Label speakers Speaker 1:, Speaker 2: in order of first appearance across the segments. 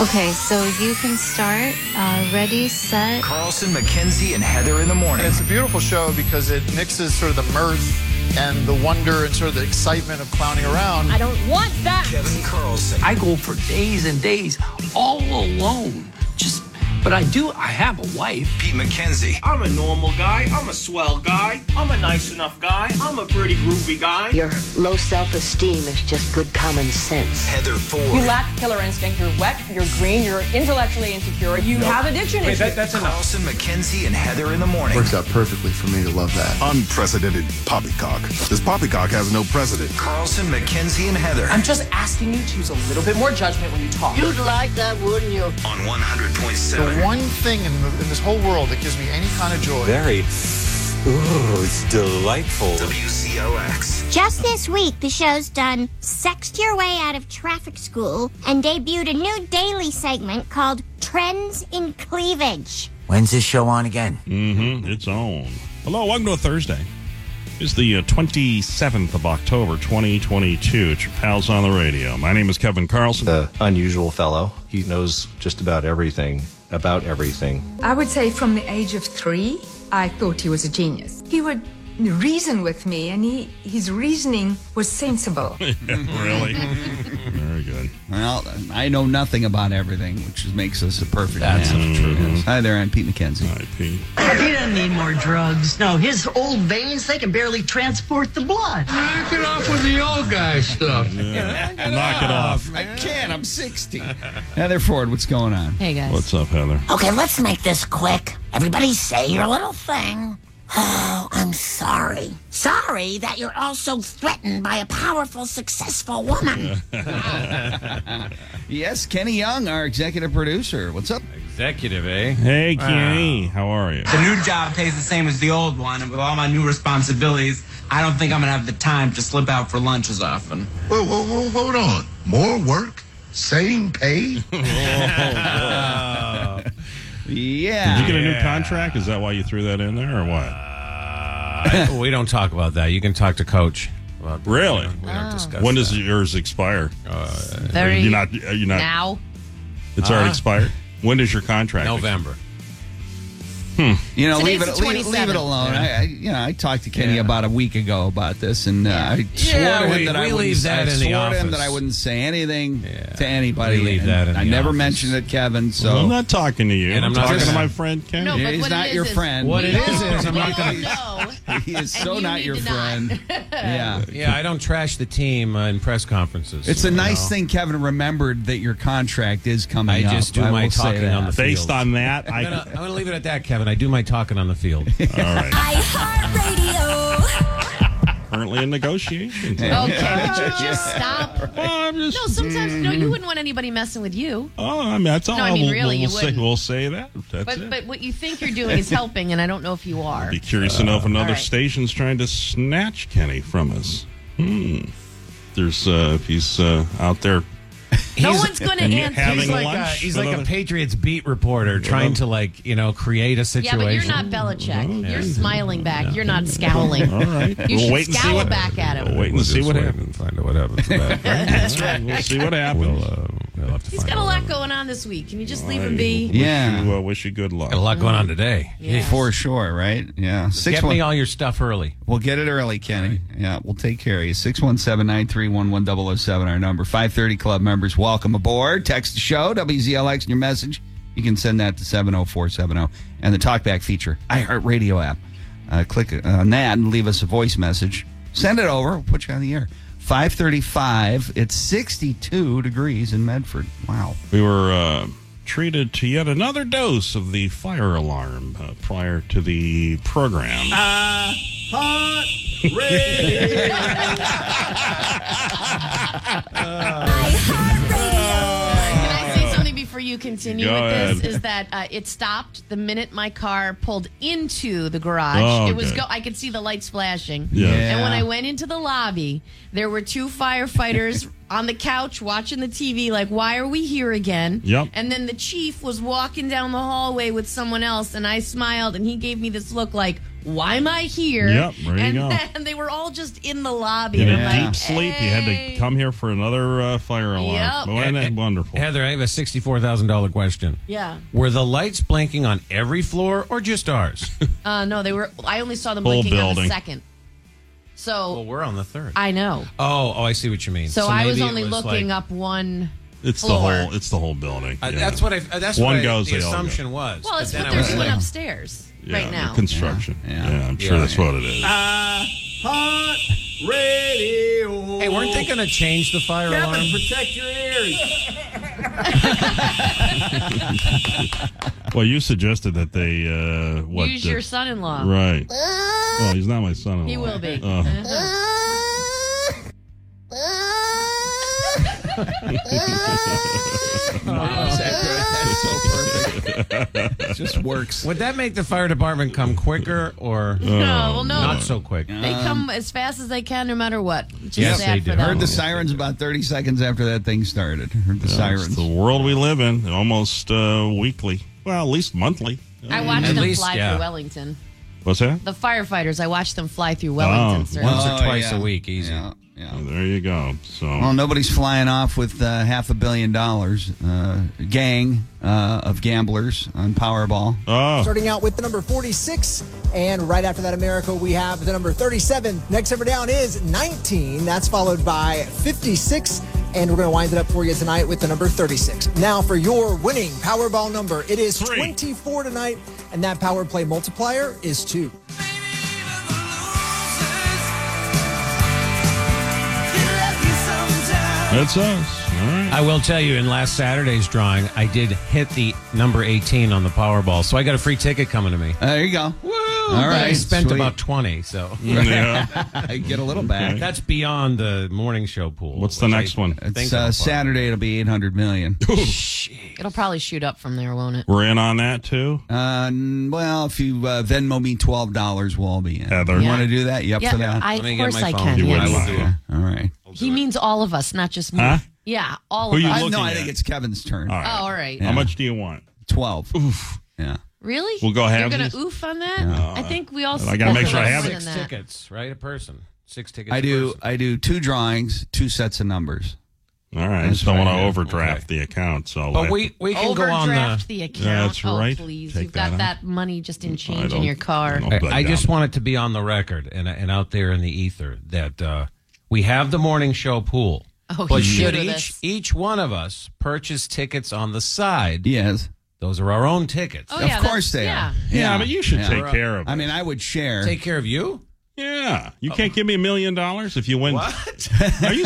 Speaker 1: Okay, so you can start. Uh, ready, set.
Speaker 2: Carlson, McKenzie, and Heather in the morning.
Speaker 3: It's a beautiful show because it mixes sort of the mirth and the wonder and sort of the excitement of clowning around.
Speaker 4: I don't want that.
Speaker 2: Kevin Carlson.
Speaker 5: I go for days and days all alone. Just, but I do, I have a wife.
Speaker 2: Pete McKenzie.
Speaker 6: I'm a normal guy. I'm a swell guy. I'm a nice enough guy. I'm a pretty groovy guy.
Speaker 7: Your low self-esteem is just good common sense.
Speaker 2: Heather Ford.
Speaker 4: You lack killer instinct. You're wet. You're green. You're intellectually insecure. You have addiction issues.
Speaker 5: that's
Speaker 2: Carlson, McKenzie, and Heather in the morning.
Speaker 8: Works out perfectly for me to love that.
Speaker 9: Unprecedented poppycock. This poppycock has no precedent.
Speaker 2: Carlson, McKenzie, and Heather
Speaker 4: I'm just asking you to use a little bit more judgment when you talk.
Speaker 7: You'd like that, wouldn't you?
Speaker 2: on
Speaker 3: The
Speaker 2: 100.7.
Speaker 3: one thing in, the, in this whole world that gives me any kind of joy.
Speaker 10: Very. Ooh, it's delightful.
Speaker 2: WCOX.
Speaker 11: Just this week, the show's done Sexed Your Way Out of Traffic School and debuted a new daily segment called Trends in Cleavage.
Speaker 7: When's this show on again?
Speaker 12: Mm-hmm. It's on. Hello, welcome to a Thursday. It's the uh, 27th of October, 2022. It's your pals on the radio. My name is Kevin Carlson.
Speaker 10: The unusual fellow. He knows just about everything about everything.
Speaker 13: I would say from the age of three, I thought he was a genius. He would reason with me, and he, his reasoning was sensible.
Speaker 12: really? Very good.
Speaker 14: Well, I know nothing about everything, which makes us a perfect
Speaker 12: That's
Speaker 14: match.
Speaker 12: the truth.
Speaker 14: Yes. Hi there, I'm Pete McKenzie.
Speaker 12: All right, Pete.
Speaker 7: He doesn't need more drugs. No, his old veins, they can barely transport the blood.
Speaker 12: Knock it off.
Speaker 14: I can't. I'm 60. Heather Ford, what's going on?
Speaker 15: Hey guys.
Speaker 12: What's up, Heather?
Speaker 7: Okay, let's make this quick. Everybody say your little thing. Oh, I'm sorry. Sorry that you're also threatened by a powerful, successful woman.
Speaker 14: Yes, Kenny Young, our executive producer. What's up?
Speaker 10: Executive, eh?
Speaker 12: Hey, Kenny. How are you?
Speaker 6: The new job pays the same as the old one, and with all my new responsibilities, I don't think I'm gonna have the time to slip out for lunch as often.
Speaker 8: Whoa, whoa, whoa, hold on. More work, same pay.
Speaker 14: Oh, Yeah.
Speaker 12: Did you get a new contract? Is that why you threw that in there, or what?
Speaker 10: we don't talk about that. You can talk to coach. About,
Speaker 12: Really?
Speaker 10: We don't discuss
Speaker 12: When does yours expire?
Speaker 4: Very
Speaker 12: you're not. You're not.
Speaker 4: now.
Speaker 12: It's already expired. When does your contract?
Speaker 10: November.
Speaker 14: You know,
Speaker 15: Today's
Speaker 14: leave it,
Speaker 15: the
Speaker 14: leave, leave it
Speaker 15: 27th.
Speaker 14: alone. I, I, you know, I talked to Kenny about a week ago about this, and uh, I swore
Speaker 10: Yeah,
Speaker 14: to him
Speaker 10: we-
Speaker 14: that I
Speaker 10: we
Speaker 14: wouldn't.
Speaker 10: leave that
Speaker 14: I
Speaker 10: in the
Speaker 14: swore to him
Speaker 10: office.
Speaker 14: that I wouldn't say anything to anybody.
Speaker 10: We leave
Speaker 14: and
Speaker 10: that in
Speaker 14: I
Speaker 10: the
Speaker 14: never
Speaker 10: office.
Speaker 14: mentioned it, Kevin. So
Speaker 12: Well, I'm not talking to you.
Speaker 10: And
Speaker 12: I'm,
Speaker 10: I'm not
Speaker 12: talking to
Speaker 10: listening.
Speaker 12: my friend Kenny.
Speaker 15: No, but
Speaker 14: he's
Speaker 15: what
Speaker 14: not
Speaker 15: it is
Speaker 14: your
Speaker 15: is
Speaker 14: friend.
Speaker 10: What it
Speaker 15: we
Speaker 10: is
Speaker 15: all-
Speaker 10: is I'm
Speaker 15: we
Speaker 10: not
Speaker 15: all
Speaker 10: gonna-
Speaker 15: know.
Speaker 14: He is
Speaker 15: And
Speaker 14: so
Speaker 15: you
Speaker 14: not
Speaker 15: need
Speaker 14: your
Speaker 15: to not.
Speaker 14: friend. yeah.
Speaker 10: Yeah, I don't trash the team uh, in press conferences.
Speaker 14: It's a
Speaker 10: you
Speaker 14: nice
Speaker 10: know.
Speaker 14: thing Kevin remembered that your contract is coming
Speaker 10: I
Speaker 14: up.
Speaker 10: just do
Speaker 14: I
Speaker 10: my
Speaker 14: will say
Speaker 10: talking
Speaker 14: that.
Speaker 10: on the field.
Speaker 12: Based on that,
Speaker 10: I'm
Speaker 12: I.
Speaker 10: gonna, I'm gonna leave it at that, Kevin. I do my talking on the field.
Speaker 12: all right.
Speaker 11: iHeartRadio.
Speaker 12: currently in negotiations.
Speaker 15: Oh, Kevin, would you just stop?
Speaker 12: Well, I'm just,
Speaker 15: No, sometimes no, you wouldn't want anybody messing with you.
Speaker 12: oh, I mean, that's all.
Speaker 15: No, I mean,
Speaker 12: we'll,
Speaker 15: really,
Speaker 12: we'll
Speaker 15: you
Speaker 12: say,
Speaker 15: wouldn't.
Speaker 12: we'll say that. That's
Speaker 15: But
Speaker 12: it.
Speaker 15: but what you think you're doing is helping, and I don't know if you are.
Speaker 12: Be curious to know
Speaker 10: Uh,
Speaker 12: if another
Speaker 15: right.
Speaker 12: station's trying to snatch Kenny from us. Hmm. There's uh, if he's uh, out there.
Speaker 15: No one's going to
Speaker 12: And you
Speaker 15: answer.
Speaker 12: having
Speaker 10: He's like, a,
Speaker 12: lunch
Speaker 10: he's
Speaker 12: with
Speaker 10: like a
Speaker 12: other-
Speaker 10: Patriots beat reporter trying to like you know create a
Speaker 15: yeah,
Speaker 10: situation.
Speaker 15: but you're not Belichick. You're smiling back. You're not scowling.
Speaker 12: All right,
Speaker 15: You
Speaker 12: we'll
Speaker 15: should
Speaker 12: wait and see
Speaker 15: scowl
Speaker 12: what
Speaker 15: back at him.
Speaker 12: We'll wait and see what happens.
Speaker 10: and find out what happens. to that.
Speaker 12: That's right. We'll see what happens.
Speaker 10: We'll, uh, we'll have to
Speaker 15: He's
Speaker 10: find
Speaker 15: got a
Speaker 10: out.
Speaker 15: lot going on this week. Can you just leave him
Speaker 12: I
Speaker 15: be?
Speaker 12: wish
Speaker 14: Yeah.
Speaker 12: You, uh, wish you good luck.
Speaker 10: Got a lot going on today.
Speaker 14: For sure, right? Yeah. Six
Speaker 10: Get
Speaker 14: one-
Speaker 10: me all your stuff early.
Speaker 14: We'll get it early, Kenny. Yeah, we'll take care of you. 617-931-1007, our number. 530 Club members, welcome aboard. Text the show, WZLX, and your message. You can send that to 70470. And the TalkBack feature, iHeartRadio app. Uh, click on that and leave us a voice message. Send it over. We'll put you on the air. 535. It's 62 degrees in Medford. Wow.
Speaker 12: We were uh, treated to yet another dose of the fire alarm uh, prior to the program.
Speaker 11: iHeartRadio.
Speaker 15: Can I say you continue
Speaker 12: Go
Speaker 15: with
Speaker 12: ahead.
Speaker 15: this is that uh, it stopped the minute my car pulled into the garage.
Speaker 12: Oh,
Speaker 15: It was
Speaker 12: okay.
Speaker 15: go. I could see the lights flashing.
Speaker 12: Yeah.
Speaker 15: And when
Speaker 12: Yeah.
Speaker 15: I went into the lobby, there were two firefighters on the couch watching the TV. Like, why are we here again?
Speaker 12: Yep.
Speaker 15: And then the chief was walking down the hallway with someone else, and I smiled, and he gave me this look like. Why am I here?
Speaker 12: Yep, there you
Speaker 15: and
Speaker 12: go.
Speaker 15: then they were all just in the lobby.
Speaker 12: In
Speaker 15: and I'm
Speaker 12: a
Speaker 15: like,
Speaker 12: deep sleep, you had to come here for another uh, fire alarm.
Speaker 15: Yep.
Speaker 12: Boy, isn't that wonderful?
Speaker 10: Heather, I have a sixty-four thousand dollar question.
Speaker 15: Yeah.
Speaker 10: Were the lights blinking on every floor or just ours?
Speaker 15: Uh, no, they were. I only saw them
Speaker 10: Whole
Speaker 15: blinking on the
Speaker 10: building.
Speaker 15: second. So
Speaker 10: well, we're on the third.
Speaker 15: I know.
Speaker 10: oh, oh, I see what you mean.
Speaker 15: So, I was
Speaker 10: maybe it
Speaker 15: only looking
Speaker 10: like-
Speaker 15: up one.
Speaker 12: It's
Speaker 15: floor.
Speaker 12: the whole. It's the whole building.
Speaker 10: Uh,
Speaker 12: yeah.
Speaker 10: That's what I. uh, That's
Speaker 12: One
Speaker 10: what I-
Speaker 12: goes,
Speaker 10: the
Speaker 12: they all go.
Speaker 10: assumption was.
Speaker 15: Well,
Speaker 10: but
Speaker 15: it's
Speaker 10: then
Speaker 15: what
Speaker 10: I
Speaker 15: they're
Speaker 10: was
Speaker 15: doing
Speaker 10: like-
Speaker 15: upstairs
Speaker 12: Yeah,
Speaker 15: right now.
Speaker 12: the construction. Yeah, I'm sure
Speaker 10: Yeah.
Speaker 12: that's what it is.
Speaker 10: Hot radio. Hey, weren't they going to change the fire alarm? protect your ears.
Speaker 12: Well, you suggested that they uh, what?
Speaker 15: Use your
Speaker 12: uh,
Speaker 15: son-in-law.
Speaker 12: right? Well, he's not my son-in-law.
Speaker 15: He will be.
Speaker 12: Oh.
Speaker 10: It just works. Would that make the fire department come quicker or
Speaker 15: No, Oh, well, no.
Speaker 10: not so quick?
Speaker 15: They come as fast as they can, no matter what. Just sad for them.
Speaker 14: Heard the sirens about 30 seconds after that thing started. Heard the
Speaker 12: Yeah,
Speaker 14: sirens.
Speaker 12: It's the world we live in, almost uh, weekly. Well, at least monthly.
Speaker 15: I watched
Speaker 12: At
Speaker 15: them
Speaker 12: least,
Speaker 15: fly
Speaker 12: yeah.
Speaker 15: through Wellington.
Speaker 12: What's that?
Speaker 15: The firefighters. I watched them fly through Wellington.
Speaker 12: Oh,
Speaker 15: sir.
Speaker 12: once
Speaker 14: or twice a
Speaker 10: week, easy.
Speaker 12: There you go. So
Speaker 14: Well, nobody's flying off with uh, half a billion dollars. Uh, gang uh, of gamblers on Powerball.
Speaker 12: Oh.
Speaker 16: Starting out with the number 46, and right after that, America, we have the number 37. Next number down is 19. That's followed by 56, and we're going to wind it up for you tonight with the number 36. Now for your winning Powerball number, it is 24 tonight, and that Power Play multiplier is two.
Speaker 12: That's us.
Speaker 10: I will tell you, in last Saturday's drawing, I did hit the number 18 on the Powerball, so I got a free ticket coming to me.
Speaker 14: There you go. All
Speaker 10: But
Speaker 14: right.
Speaker 10: I spent
Speaker 14: sweet.
Speaker 10: about 20, so.
Speaker 14: Yeah. I get a little back. Okay.
Speaker 10: That's beyond the morning show pool. What's
Speaker 12: the next one?
Speaker 14: It's uh, Saturday. It'll be 800 million.
Speaker 15: It'll probably shoot up from there, won't it?
Speaker 12: We're in on that too.
Speaker 14: Uh, n- well, if you uh, Venmo me twelve dollars, we'll all be in.
Speaker 12: Heather.
Speaker 14: you
Speaker 12: Yeah.
Speaker 14: want to do that? You up
Speaker 15: Yeah,
Speaker 14: for that?
Speaker 15: I- Let me of get my course I phone. can, You yes. wouldn't.
Speaker 14: Okay. All right.
Speaker 15: He means all of us, not just me.
Speaker 14: Huh?
Speaker 15: Yeah, all
Speaker 14: Who
Speaker 15: of
Speaker 14: you
Speaker 15: us.
Speaker 14: I- no, looking I think at? it's Kevin's turn.
Speaker 12: All right.
Speaker 15: Oh, all right.
Speaker 12: How much do you want?
Speaker 14: Twelve.
Speaker 12: Oof.
Speaker 14: Yeah.
Speaker 15: Really?
Speaker 12: We'll go
Speaker 15: You're
Speaker 12: have
Speaker 15: gonna
Speaker 12: these?
Speaker 15: oof on that?
Speaker 12: Yeah.
Speaker 15: I think we all.
Speaker 12: I gotta make sure I have
Speaker 15: more
Speaker 12: it.
Speaker 15: than
Speaker 10: Six
Speaker 15: that.
Speaker 10: tickets, right? A person. Six tickets.
Speaker 14: I
Speaker 10: a
Speaker 14: do.
Speaker 10: person.
Speaker 14: I do two drawings, two sets of numbers.
Speaker 12: All right. I just don't want to overdraft the account. So
Speaker 14: But
Speaker 12: I-
Speaker 14: we- we
Speaker 15: Overdraft the, account.
Speaker 12: Yeah, that's
Speaker 15: oh,
Speaker 12: right.
Speaker 15: please.
Speaker 12: Take
Speaker 15: You've got
Speaker 12: that out.
Speaker 15: that money just in change in
Speaker 10: don't-
Speaker 15: your car.
Speaker 12: Oh,
Speaker 10: I, I just want it to be on the record and, and out there in the ether that uh, we have the morning show pool.
Speaker 15: Oh,
Speaker 10: but
Speaker 15: he's
Speaker 10: should
Speaker 15: new to
Speaker 10: each
Speaker 15: this.
Speaker 10: each one of us purchase tickets on the side?
Speaker 14: Yes,
Speaker 10: those are our own tickets.
Speaker 14: Oh, Of yeah, course that's- they are. yeah. Yeah, but you should take care of I mean, I would share.
Speaker 10: Take care of you.
Speaker 12: Yeah, you can't give me a million dollars if you win. What? Are you,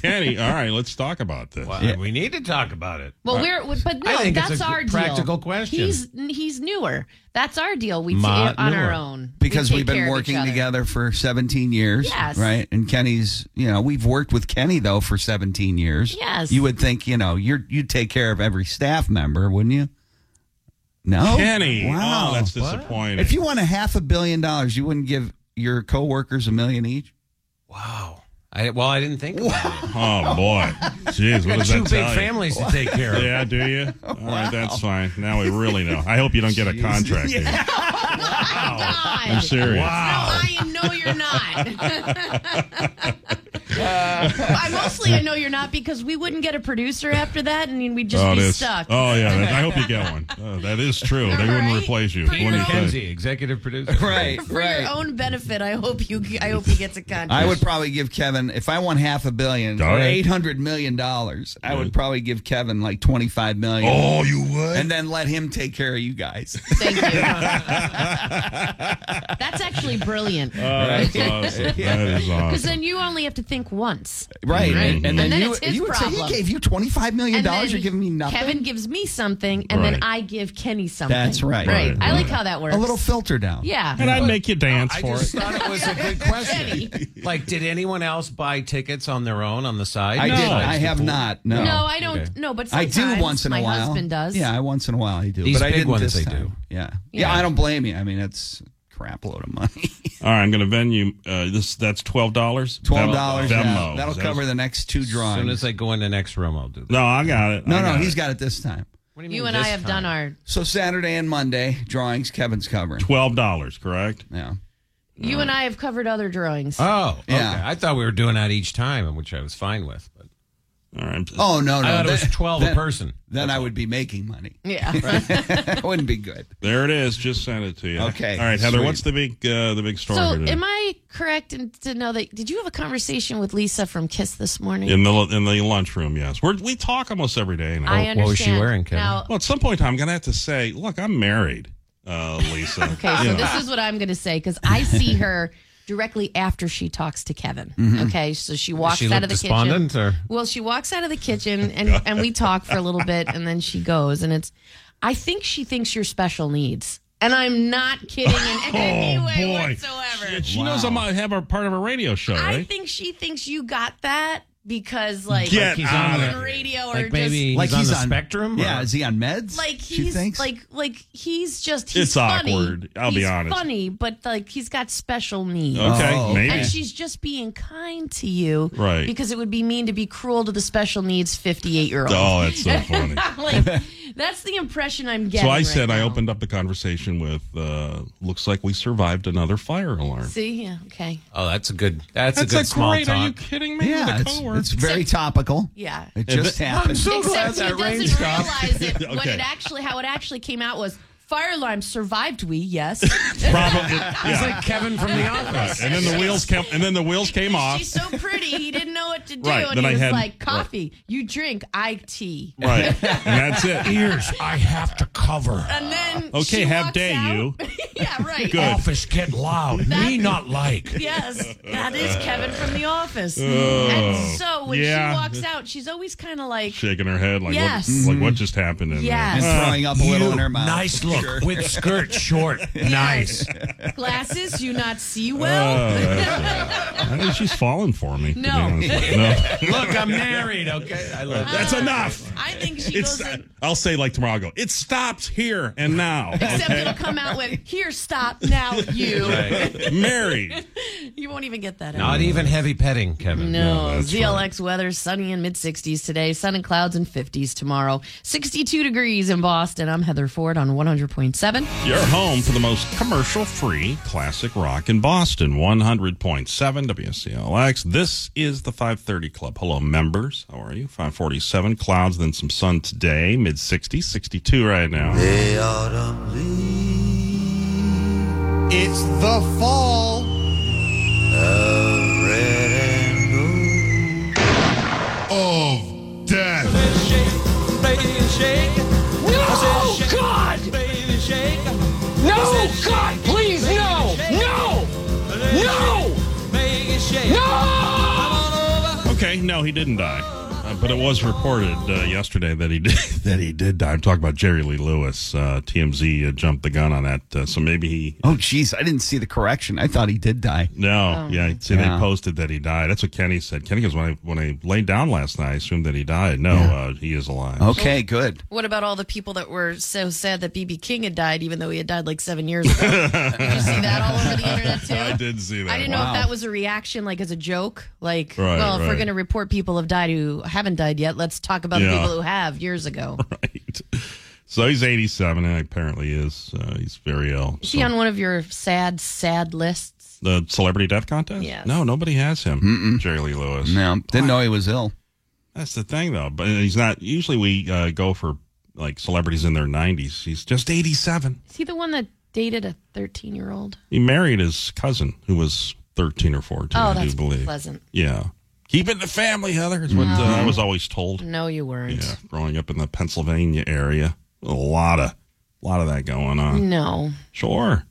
Speaker 12: Kenny? All right, let's talk about this.
Speaker 10: Well, We need to talk about it.
Speaker 15: Well, we're but
Speaker 10: I
Speaker 15: no,
Speaker 10: think it's
Speaker 15: that's
Speaker 10: a
Speaker 15: our deal.
Speaker 10: practical question.
Speaker 15: He's he's newer. That's our deal. We
Speaker 14: Ma-
Speaker 15: take it on our
Speaker 14: newer.
Speaker 15: own
Speaker 14: because
Speaker 15: We
Speaker 14: we have
Speaker 15: take care
Speaker 14: been
Speaker 15: of each
Speaker 14: working
Speaker 15: other.
Speaker 14: together for 17 years
Speaker 15: Yes.
Speaker 14: right and kenny's you know we've worked with kenny though for 17 years
Speaker 15: Yes.
Speaker 14: you would think you know you're you'd take care of every staff member wouldn't you no
Speaker 12: Kenny.
Speaker 14: wow
Speaker 12: Oh, that's disappointing.
Speaker 14: if you won a half a billion dollars you wouldn't give your coworkers a million each
Speaker 10: I, well, I didn't think. About it.
Speaker 12: Oh boy, jeez,
Speaker 10: Got
Speaker 12: what does
Speaker 10: two
Speaker 12: that
Speaker 10: big
Speaker 12: tell you?
Speaker 10: families to take care of.
Speaker 12: Yeah, do you? All right, that's fine. Now we really know. I hope you don't get a contract. here. I'm serious.
Speaker 15: Wow. I know you're not. I mostly I know you're not because we wouldn't get a producer after that, and we'd just
Speaker 12: oh,
Speaker 15: be
Speaker 12: it is.
Speaker 15: stuck.
Speaker 12: Oh yeah, that- I hope you get one. Oh, that is true. They wouldn't replace you.
Speaker 10: Pete
Speaker 12: What do you think?
Speaker 10: Mackenzie, executive producer.
Speaker 14: right
Speaker 15: For your own benefit, I hope you. I hope you get to contract.
Speaker 14: I would probably give Kevin if I won half a billion
Speaker 12: All
Speaker 14: or
Speaker 12: right.
Speaker 14: eight hundred million dollars. I would probably give Kevin like twenty five million.
Speaker 12: Oh, you would?
Speaker 14: and then let him take care of you guys.
Speaker 15: That's actually brilliant.
Speaker 12: Oh, that's awesome. That is
Speaker 15: Because
Speaker 12: awesome.
Speaker 15: then you only have to think think once.
Speaker 14: Right.
Speaker 15: Right.
Speaker 14: And, and
Speaker 15: And
Speaker 14: then,
Speaker 15: then
Speaker 14: you,
Speaker 15: it's his
Speaker 14: you would say he
Speaker 15: problem.
Speaker 14: gave you $25 million.
Speaker 15: And then
Speaker 14: You're giving me nothing.
Speaker 15: Kevin gives me something, and
Speaker 14: Right.
Speaker 15: then I give Kenny something.
Speaker 14: That's right.
Speaker 15: Right. I like how that works.
Speaker 14: A little filter down.
Speaker 15: Yeah.
Speaker 12: And I'd make you dance
Speaker 10: I
Speaker 12: for
Speaker 10: just
Speaker 12: it.
Speaker 10: thought it was a good question. like, did anyone else buy tickets on their own on the side?
Speaker 14: I No. didn't. I have not. No.
Speaker 15: No, I don't. No, but
Speaker 14: I do
Speaker 15: sometimes
Speaker 14: once in a
Speaker 15: my
Speaker 14: while.
Speaker 15: husband does.
Speaker 14: Yeah, I once in a while I do.
Speaker 12: These
Speaker 14: but I
Speaker 12: big
Speaker 14: didn't
Speaker 12: ones
Speaker 14: this
Speaker 12: they
Speaker 14: time.
Speaker 12: do.
Speaker 14: Yeah. yeah. I don't blame you. I mean, it's a crap load of money.
Speaker 12: All right, I'm going to venue. Uh, this that's twelve dollars.
Speaker 14: Twelve dollars.
Speaker 12: Venmo.
Speaker 14: Yeah, that'll
Speaker 12: Is that-
Speaker 14: cover the next two
Speaker 10: As
Speaker 14: drawings.
Speaker 10: soon as I go in the next room, I'll do that.
Speaker 12: No, I got it.
Speaker 14: no,
Speaker 12: I
Speaker 14: no,
Speaker 12: got
Speaker 14: he's
Speaker 12: it.
Speaker 14: got it this time.
Speaker 15: You, and I have done our.
Speaker 14: So Saturday and Monday drawings, Kevin's covering.
Speaker 12: Twelve dollars, correct?
Speaker 14: Yeah.
Speaker 15: You and I have covered other drawings.
Speaker 12: Uh,
Speaker 10: Oh, okay.
Speaker 14: Yeah.
Speaker 10: I thought we were doing that each time, which I was fine with. But
Speaker 12: all right.
Speaker 14: Oh no, no.
Speaker 10: I thought it was
Speaker 14: Then-
Speaker 10: twelve a
Speaker 14: then-
Speaker 10: person.
Speaker 14: Then I would be making money.
Speaker 15: Yeah.
Speaker 14: that wouldn't be good.
Speaker 12: There it is. Just sent it to you.
Speaker 14: Okay,
Speaker 12: All right, Heather.
Speaker 14: sweet.
Speaker 12: What's the big uh, the big story?
Speaker 15: So,
Speaker 12: here today?
Speaker 15: am I correct in, to know that? Did you have a conversation with Lisa from Kiss this morning?
Speaker 12: in the in the lunchroom? Yes, We're, we talk almost every day now.
Speaker 15: I understand. Now,
Speaker 12: well, at some point in time, I'm going to have to say, look, I'm married, uh, Lisa.
Speaker 15: okay, so this is what I'm going to say because I see her directly after she talks to Kevin.
Speaker 14: Mm-hmm.
Speaker 10: Mhm.
Speaker 15: Okay, so she walks
Speaker 10: she
Speaker 15: out
Speaker 10: look
Speaker 15: of the
Speaker 10: despondent,
Speaker 15: kitchen.
Speaker 10: or-
Speaker 15: Well, she walks out of the kitchen and and we talk for a little bit, and then she goes, and it's. I think she thinks you're special needs, and I'm not kidding in any way whatsoever.
Speaker 12: Oh, She, she knows I'm a, have a part of a radio show,
Speaker 15: I
Speaker 12: right?
Speaker 15: think she thinks you got that because like
Speaker 12: Get
Speaker 15: he's
Speaker 12: out
Speaker 15: on
Speaker 12: of
Speaker 15: radio or
Speaker 10: Like
Speaker 15: just
Speaker 10: maybe
Speaker 14: Like
Speaker 10: he's, on
Speaker 14: he's
Speaker 10: the
Speaker 14: on-
Speaker 10: spectrum.
Speaker 14: Yeah,
Speaker 10: or-
Speaker 14: is he on meds?
Speaker 15: like
Speaker 14: She
Speaker 15: he's
Speaker 14: thinks?
Speaker 15: like like he's just he's
Speaker 12: It's
Speaker 15: funny.
Speaker 12: awkward, I'll be
Speaker 15: He's
Speaker 12: honest.
Speaker 15: Funny, but like he's got special needs.
Speaker 12: Okay, Oh, maybe.
Speaker 15: And she's just being kind to you,
Speaker 12: Right.
Speaker 15: Because it would be mean to be cruel to the special needs fifty-eight year old.
Speaker 12: Oh, that's so funny.
Speaker 15: like, that's the impression I'm getting.
Speaker 12: So I
Speaker 15: right
Speaker 12: said I
Speaker 15: now.
Speaker 12: opened up the conversation with, uh, "Looks like we survived another fire alarm."
Speaker 15: See, yeah, okay,
Speaker 10: Oh, that's a good. That's,
Speaker 12: That's
Speaker 10: a good
Speaker 12: a
Speaker 10: small
Speaker 12: great-
Speaker 10: talk.
Speaker 12: are you kidding me? With
Speaker 14: Yeah,
Speaker 12: a
Speaker 14: it's,
Speaker 12: coworker.
Speaker 14: it's very topical.
Speaker 15: yeah.
Speaker 14: It just happened.
Speaker 15: Except he doesn't realize it. What
Speaker 12: Okay.
Speaker 15: it actually, how it actually came out was fire alarm survived. We yes.
Speaker 12: Probably.
Speaker 10: He's like Kevin from The Office.
Speaker 12: and then the wheels came. And then the wheels came off.
Speaker 15: She's so pretty. He didn't know what to do.
Speaker 12: Right,
Speaker 15: And
Speaker 12: then
Speaker 15: he
Speaker 12: I
Speaker 15: was
Speaker 12: had-
Speaker 15: like, coffee, you drink, I tea.
Speaker 12: Right, and that's it.
Speaker 2: Ears, I have to cover.
Speaker 15: And then.
Speaker 12: Okay,
Speaker 15: she
Speaker 12: have
Speaker 15: walks
Speaker 12: day
Speaker 15: out.
Speaker 12: you.
Speaker 15: yeah, right.
Speaker 12: Good.
Speaker 2: Office kid loud. Me not like.
Speaker 15: Yes, that is Kevin from The Office.
Speaker 12: Oh,
Speaker 15: and so when
Speaker 12: yeah.
Speaker 15: she walks out, she's always kind of like,
Speaker 12: shaking her head like
Speaker 15: Yes.
Speaker 12: what, like what just happened in
Speaker 15: Yes.
Speaker 12: there
Speaker 15: And
Speaker 14: throwing up a little
Speaker 2: You,
Speaker 14: in her mouth.
Speaker 2: Nice look
Speaker 14: Sure.
Speaker 2: with skirt short. Nice.
Speaker 15: glasses, you not see well?
Speaker 12: Oh, that's- I think she's falling for me. to be
Speaker 15: No.
Speaker 12: honest with you. no.
Speaker 10: Look, I'm married. Okay, I love that.
Speaker 12: That's enough.
Speaker 15: I think she
Speaker 12: It's. uh,
Speaker 15: goes, in,
Speaker 12: I'll say like tomorrow. I'll go. It stops here and now.
Speaker 15: except it'll come out with, here, stop, now, you.
Speaker 12: Married.
Speaker 15: You won't even get that out.
Speaker 10: Not even heavy petting, Kevin.
Speaker 15: No, ZLX weather sunny and mid 60s today, sun and clouds in 50s tomorrow, 62 degrees in Boston. I'm Heather Ford on 100.7.
Speaker 12: You're home for the most commercial free classic rock in Boston, 100.7 WCLX. This is the 530 Club. Hello, members. How are you? 547 clouds, then some sun today, mid 60s, 62 right now.
Speaker 3: It's the fall.
Speaker 8: Of death.
Speaker 15: Oh,
Speaker 2: No, God! No, God, please, no! No! No! No!
Speaker 12: Okay, no, he didn't die. Uh, but it was reported uh, yesterday that he did that he did die. I'm talking about Jerry Lee Lewis. Uh, TMZ uh, jumped the gun on that, uh, so maybe he.
Speaker 14: Oh, jeez, I didn't see the correction. I thought he did die.
Speaker 12: No,
Speaker 15: Oh.
Speaker 12: yeah. See,
Speaker 14: Yeah.
Speaker 12: they posted that he died. That's what Kenny said. Kenny goes, "When I when I laid down last night, I assumed that he died. No, uh, he is alive."
Speaker 14: Okay, good.
Speaker 15: What about all the people that were so sad that BB King had died, even though he had died like seven years ago? Did you see that all over the internet, too?
Speaker 12: I did see that.
Speaker 15: I didn't know if that was a reaction, like as a joke. Like,
Speaker 12: Right,
Speaker 15: well, if we're
Speaker 12: right.
Speaker 15: going to report people who have died who haven't died yet, let's talk about the
Speaker 12: Yeah.
Speaker 15: people who have years ago.
Speaker 12: right. So he's 87 and apparently is uh, he's very ill.
Speaker 15: Is he on one of your sad, sad lists?
Speaker 12: The celebrity death contest?
Speaker 15: Yes.
Speaker 12: No, nobody has him.
Speaker 14: Hmm?
Speaker 12: Jerry Lee Lewis.
Speaker 14: No, didn't know he was ill.
Speaker 12: That's the thing though. But he's not. Usually we uh, go for like celebrities in their 90s. He's just 87.
Speaker 15: Is he the one that dated a 13 year old?
Speaker 12: He married his cousin who was 13 or 14.
Speaker 15: Oh,
Speaker 12: I
Speaker 15: that's
Speaker 12: do believe.
Speaker 15: pleasant.
Speaker 12: Yeah. Keep it in the family, Heather. Is what uh,
Speaker 15: Mm-hmm.
Speaker 12: I was always told.
Speaker 15: No, you weren't.
Speaker 12: Yeah, growing up in the Pennsylvania area, a lot of, lot of that going on.
Speaker 15: No.
Speaker 12: Sure.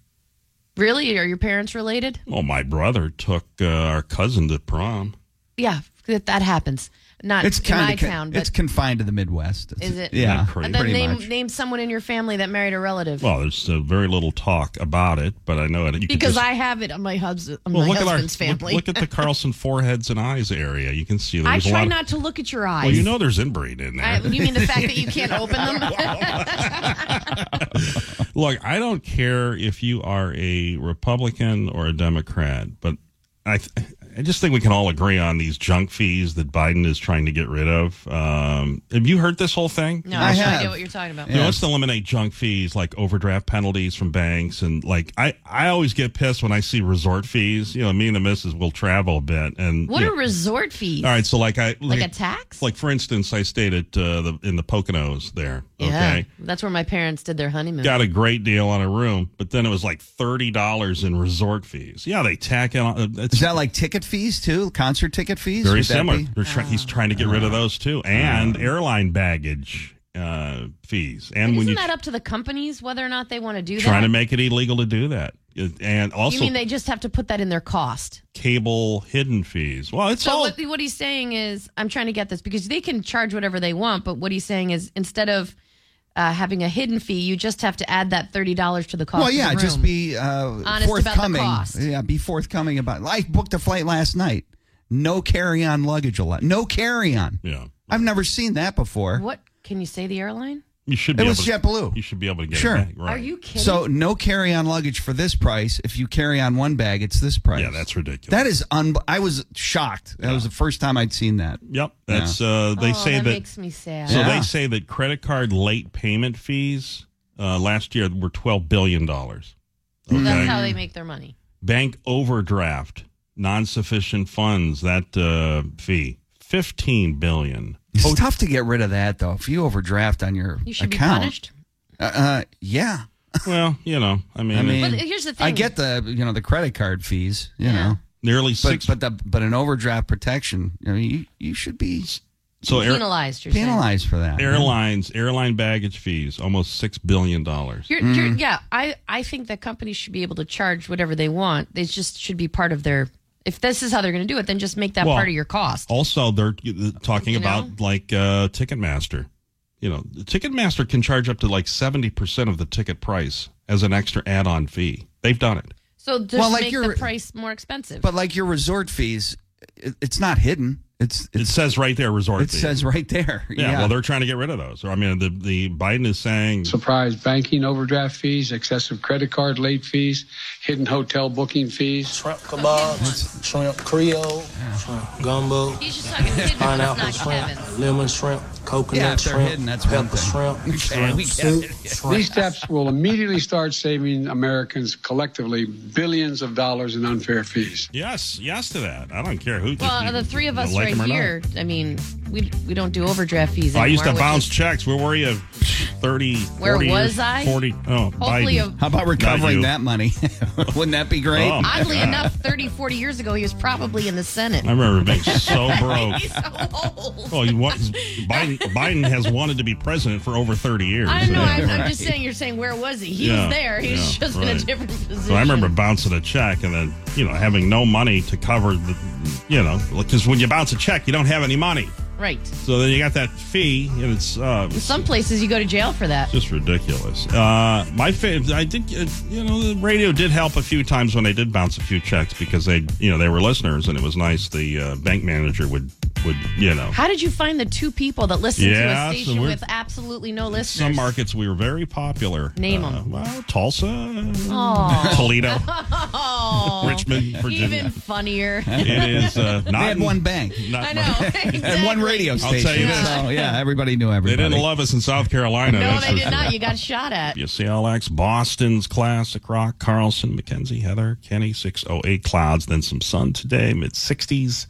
Speaker 15: Really? Are your parents related?
Speaker 12: Well, my brother took uh, our cousin to prom.
Speaker 15: yeah, that, that happens. Not
Speaker 14: it's
Speaker 15: in my
Speaker 14: kind of
Speaker 15: town, but
Speaker 14: it's confined to the Midwest. It's-
Speaker 15: is it?
Speaker 14: Yeah,
Speaker 15: And then
Speaker 14: pretty
Speaker 15: name
Speaker 14: much.
Speaker 15: name someone in your family that married a relative.
Speaker 12: Well, there's uh, very little talk about it, but I know it. you could
Speaker 15: because
Speaker 12: just-
Speaker 15: I have it on my husband, on
Speaker 12: well,
Speaker 15: my
Speaker 12: look at our
Speaker 15: husband's
Speaker 12: look-
Speaker 15: family.
Speaker 12: Look, at the Carlson foreheads and eyes area. You can see
Speaker 15: I
Speaker 12: there's a
Speaker 15: try
Speaker 12: lot.
Speaker 15: not to look at your
Speaker 12: of,
Speaker 15: eyes.
Speaker 12: well, you know there's inbreed in there.
Speaker 15: I, you mean the fact that you can't open them?
Speaker 12: Look, I don't care if you are a Republican or a Democrat, but I, th- I just think we can all agree on these junk fees that Biden is trying to get rid of. Um, have you heard this whole thing?
Speaker 15: No, I have no idea what you're talking about.
Speaker 12: You know, let's eliminate junk fees like overdraft penalties from banks and like I, I always get pissed when I see resort fees. You know, me and the missus will travel a bit and
Speaker 15: What
Speaker 12: you
Speaker 15: are
Speaker 12: know-
Speaker 15: resort fees?
Speaker 12: all right, so like I
Speaker 15: Like a tax?
Speaker 12: Like for instance, I stayed at uh, the in the Poconos there.
Speaker 15: Yeah,
Speaker 12: Okay,
Speaker 15: that's where my parents did their honeymoon.
Speaker 12: got a great deal on a room, but then it was like thirty dollars in resort fees. Yeah, they tack it on. Is
Speaker 14: that like ticket fees too? Concert ticket fees?
Speaker 12: Very
Speaker 14: Would that
Speaker 12: similar.
Speaker 14: be- Ah.
Speaker 12: They're try- he's
Speaker 15: Ah.
Speaker 12: trying to get rid of those too, and airline baggage uh, fees. And
Speaker 15: Isn't
Speaker 12: when you
Speaker 15: that up to the companies whether or not they want to do
Speaker 12: trying
Speaker 15: that?
Speaker 12: to make it illegal to do that, It- and also
Speaker 15: you mean they just have to put that in their cost?
Speaker 12: cable hidden fees. Well, it's
Speaker 15: so
Speaker 12: all
Speaker 15: what, what he's saying is, I'm trying to get this because they can charge whatever they want, but what he's saying is instead of uh, having a hidden fee, you just have to add that thirty dollars to the cost.
Speaker 14: well, Oh, yeah,
Speaker 15: of the
Speaker 14: just
Speaker 15: room.
Speaker 14: be uh,
Speaker 15: about the
Speaker 14: forthcoming.
Speaker 15: cost.
Speaker 14: Yeah, be forthcoming about. I booked a flight last night. No carry-on luggage allowed. No carry-on.
Speaker 12: Yeah,
Speaker 14: I've never seen that before.
Speaker 15: What can you say? The airline?
Speaker 12: you should.
Speaker 14: It
Speaker 12: Be
Speaker 14: was
Speaker 12: able
Speaker 14: JetBlue.
Speaker 12: You should be able to get
Speaker 14: Sure.
Speaker 12: It back, right.
Speaker 15: Are you kidding?
Speaker 14: So no carry-on luggage for this price. If you carry on one bag, it's this price.
Speaker 12: Yeah, that's ridiculous.
Speaker 14: That is un. I was shocked. That was the first time I'd seen that.
Speaker 12: Yep, that's uh, they
Speaker 15: Oh,
Speaker 12: say
Speaker 15: that
Speaker 12: that
Speaker 15: makes me sad.
Speaker 12: So
Speaker 14: Yeah.
Speaker 12: they say that credit card late payment fees uh, last year were twelve billion dollars.
Speaker 15: So That's how they make their money.
Speaker 12: Bank overdraft, non-sufficient funds. That uh, fee fifteen billion.
Speaker 14: It's tough to get rid of that though. If you overdraft on your
Speaker 15: You should be
Speaker 14: account,
Speaker 15: punished.
Speaker 14: Uh, uh, yeah.
Speaker 12: Well, you know, I mean,
Speaker 14: I mean,
Speaker 15: But here's the
Speaker 14: I
Speaker 15: thing.
Speaker 14: get the you know the credit card fees. You know,
Speaker 12: nearly
Speaker 14: six. But, but the but an overdraft protection. I mean, you you should be
Speaker 12: So air-
Speaker 15: penalized. You're saying.
Speaker 14: penalized for that.
Speaker 12: airlines, airline baggage fees, almost six billion dollars.
Speaker 15: You're, you're, yeah, I, I think that companies should be able to charge whatever they want. They just should be part of their. If this is how they're going to do it, then just make that
Speaker 12: Well,
Speaker 15: part of your cost.
Speaker 12: Also, they're uh, talking
Speaker 15: You
Speaker 12: about like uh, Ticketmaster. You know, Ticketmaster can charge up to like seventy percent of the ticket price as an extra add-on fee. They've done it.
Speaker 15: So just
Speaker 14: Well, like
Speaker 15: make
Speaker 14: your-
Speaker 15: the price more expensive.
Speaker 14: But like your resort fees, it, it's not hidden. It's
Speaker 12: It says right there, resort.
Speaker 14: it
Speaker 12: fee.
Speaker 14: says right there.
Speaker 12: Yeah, well, they're trying to get rid of those. I mean, the the Biden is saying
Speaker 17: surprise banking overdraft fees, excessive credit card late fees, hidden hotel booking fees.
Speaker 18: Shrimp kebabs, shrimp creole, shrimp gumbo, pineapple shrimp, lemon shrimp,
Speaker 14: Yeah,
Speaker 18: coconut
Speaker 14: if they're
Speaker 18: shrimp,
Speaker 14: hidden, that's one
Speaker 18: pepper
Speaker 14: thing.
Speaker 18: shrimp,
Speaker 14: we
Speaker 18: shrimp
Speaker 14: get
Speaker 18: soup,
Speaker 14: it.
Speaker 18: shrimp
Speaker 17: These steps will immediately start saving Americans collectively billions of dollars in unfair fees.
Speaker 12: yes, yes to that. I don't care who.
Speaker 15: well, the three of
Speaker 12: you
Speaker 15: us
Speaker 12: like
Speaker 15: right
Speaker 12: them or not.
Speaker 15: here. I mean, we we don't do overdraft fees.
Speaker 12: I
Speaker 15: Anymore,
Speaker 12: used to
Speaker 15: which
Speaker 12: bounce
Speaker 15: is-
Speaker 12: checks. Where were you? 30,
Speaker 15: Where
Speaker 12: 40
Speaker 15: was
Speaker 12: years-
Speaker 15: I?
Speaker 12: 40. Oh,
Speaker 15: Hopefully
Speaker 12: Biden.
Speaker 15: a-
Speaker 14: How about recovering that money? Wouldn't that be great?
Speaker 12: Oh, man.
Speaker 15: Oddly enough, 30, 40 years ago, he was probably in the Senate.
Speaker 12: I remember being so broke.
Speaker 15: He's so old.
Speaker 12: Well, you want, Biden, Biden has wanted to be president for over 30 years.
Speaker 15: I don't know. I'm,
Speaker 12: So-
Speaker 15: I'm just saying. You're saying where was he? He
Speaker 12: Yeah,
Speaker 15: was there. He was
Speaker 12: yeah,
Speaker 15: just in a
Speaker 12: right.
Speaker 15: different position.
Speaker 12: So I remember bouncing a check and then, you know, having no money to cover the, you know, because when you bounce a check, you don't have any money.
Speaker 15: Right.
Speaker 12: So then you got that fee, and it's uh,
Speaker 15: In some places, you go to jail for that.
Speaker 12: just ridiculous. Uh, my favorite, I did, uh, you know, the radio did help a few times when I did bounce a few checks because they, you know, they were listeners, and it was nice. The uh, bank manager would, would, you know,
Speaker 15: How did you find the two people that listen
Speaker 12: Yeah,
Speaker 15: to a
Speaker 12: so
Speaker 15: station
Speaker 12: we're-
Speaker 15: with absolutely no listeners?
Speaker 12: some markets we were very popular.
Speaker 15: Name
Speaker 12: Uh,
Speaker 15: 'em.
Speaker 12: well, Tulsa,
Speaker 15: Aw.
Speaker 12: Toledo,
Speaker 15: Oh,
Speaker 12: Richmond, Virginia.
Speaker 15: Even funnier.
Speaker 12: It is uh,
Speaker 14: They
Speaker 12: not
Speaker 14: had
Speaker 12: in-
Speaker 14: one bank.
Speaker 12: not
Speaker 15: I
Speaker 12: in-
Speaker 15: know.
Speaker 14: and one
Speaker 15: exactly.
Speaker 14: radio
Speaker 12: I'll
Speaker 14: station.
Speaker 12: tell you this.
Speaker 14: So, yeah, everybody knew
Speaker 12: They
Speaker 14: everybody.
Speaker 12: didn't love us in South Carolina.
Speaker 15: No,
Speaker 12: that's
Speaker 15: they
Speaker 12: for
Speaker 15: did
Speaker 12: sure.
Speaker 15: not. You got shot at.
Speaker 12: UCLX, Boston's Classic Rock, Carlson, Mackenzie, Heather, Kenny, 608 clouds, then some sun today, mid 60s,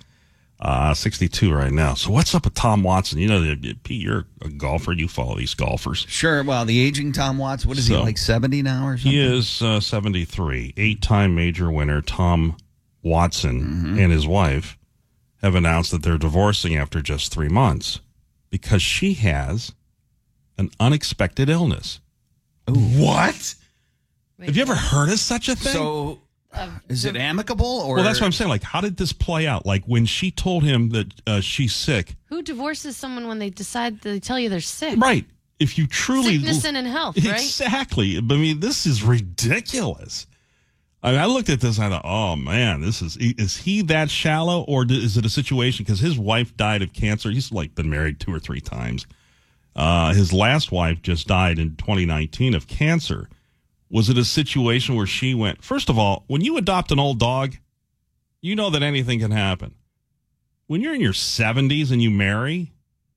Speaker 12: uh, 62 right now. So what's up with Tom Watson? You know, the- the- Pete, you're a golfer. You follow these golfers.
Speaker 14: Sure. Well, the aging Tom Watts. What is he
Speaker 12: So-
Speaker 14: like? Seventy now or something?
Speaker 12: He is uh, 73, eight time major winner Tom Watson and his wife have announced that they're divorcing after just three months because she has an unexpected illness. What? Have you ever heard of such a thing?
Speaker 14: So
Speaker 15: of
Speaker 14: Is it amicable or
Speaker 12: well, that's what I'm saying. Like, how did this play out? Like when she told him that uh, she's sick,
Speaker 15: who divorces someone when they decide they tell you they're sick.
Speaker 12: right? If you truly
Speaker 15: Sickness and in health, right?
Speaker 12: exactly. But I mean, this is ridiculous. I, mean, I looked at this and I thought, oh man, this is is he that shallow or d- is it a situation? Because his wife died of cancer. He's like been married two or three times. Uh, his last wife just died in 2019 of cancer. Was it a situation where she went? First of all, when you adopt an old dog, you know that anything can happen. When you're in your 70s and you marry,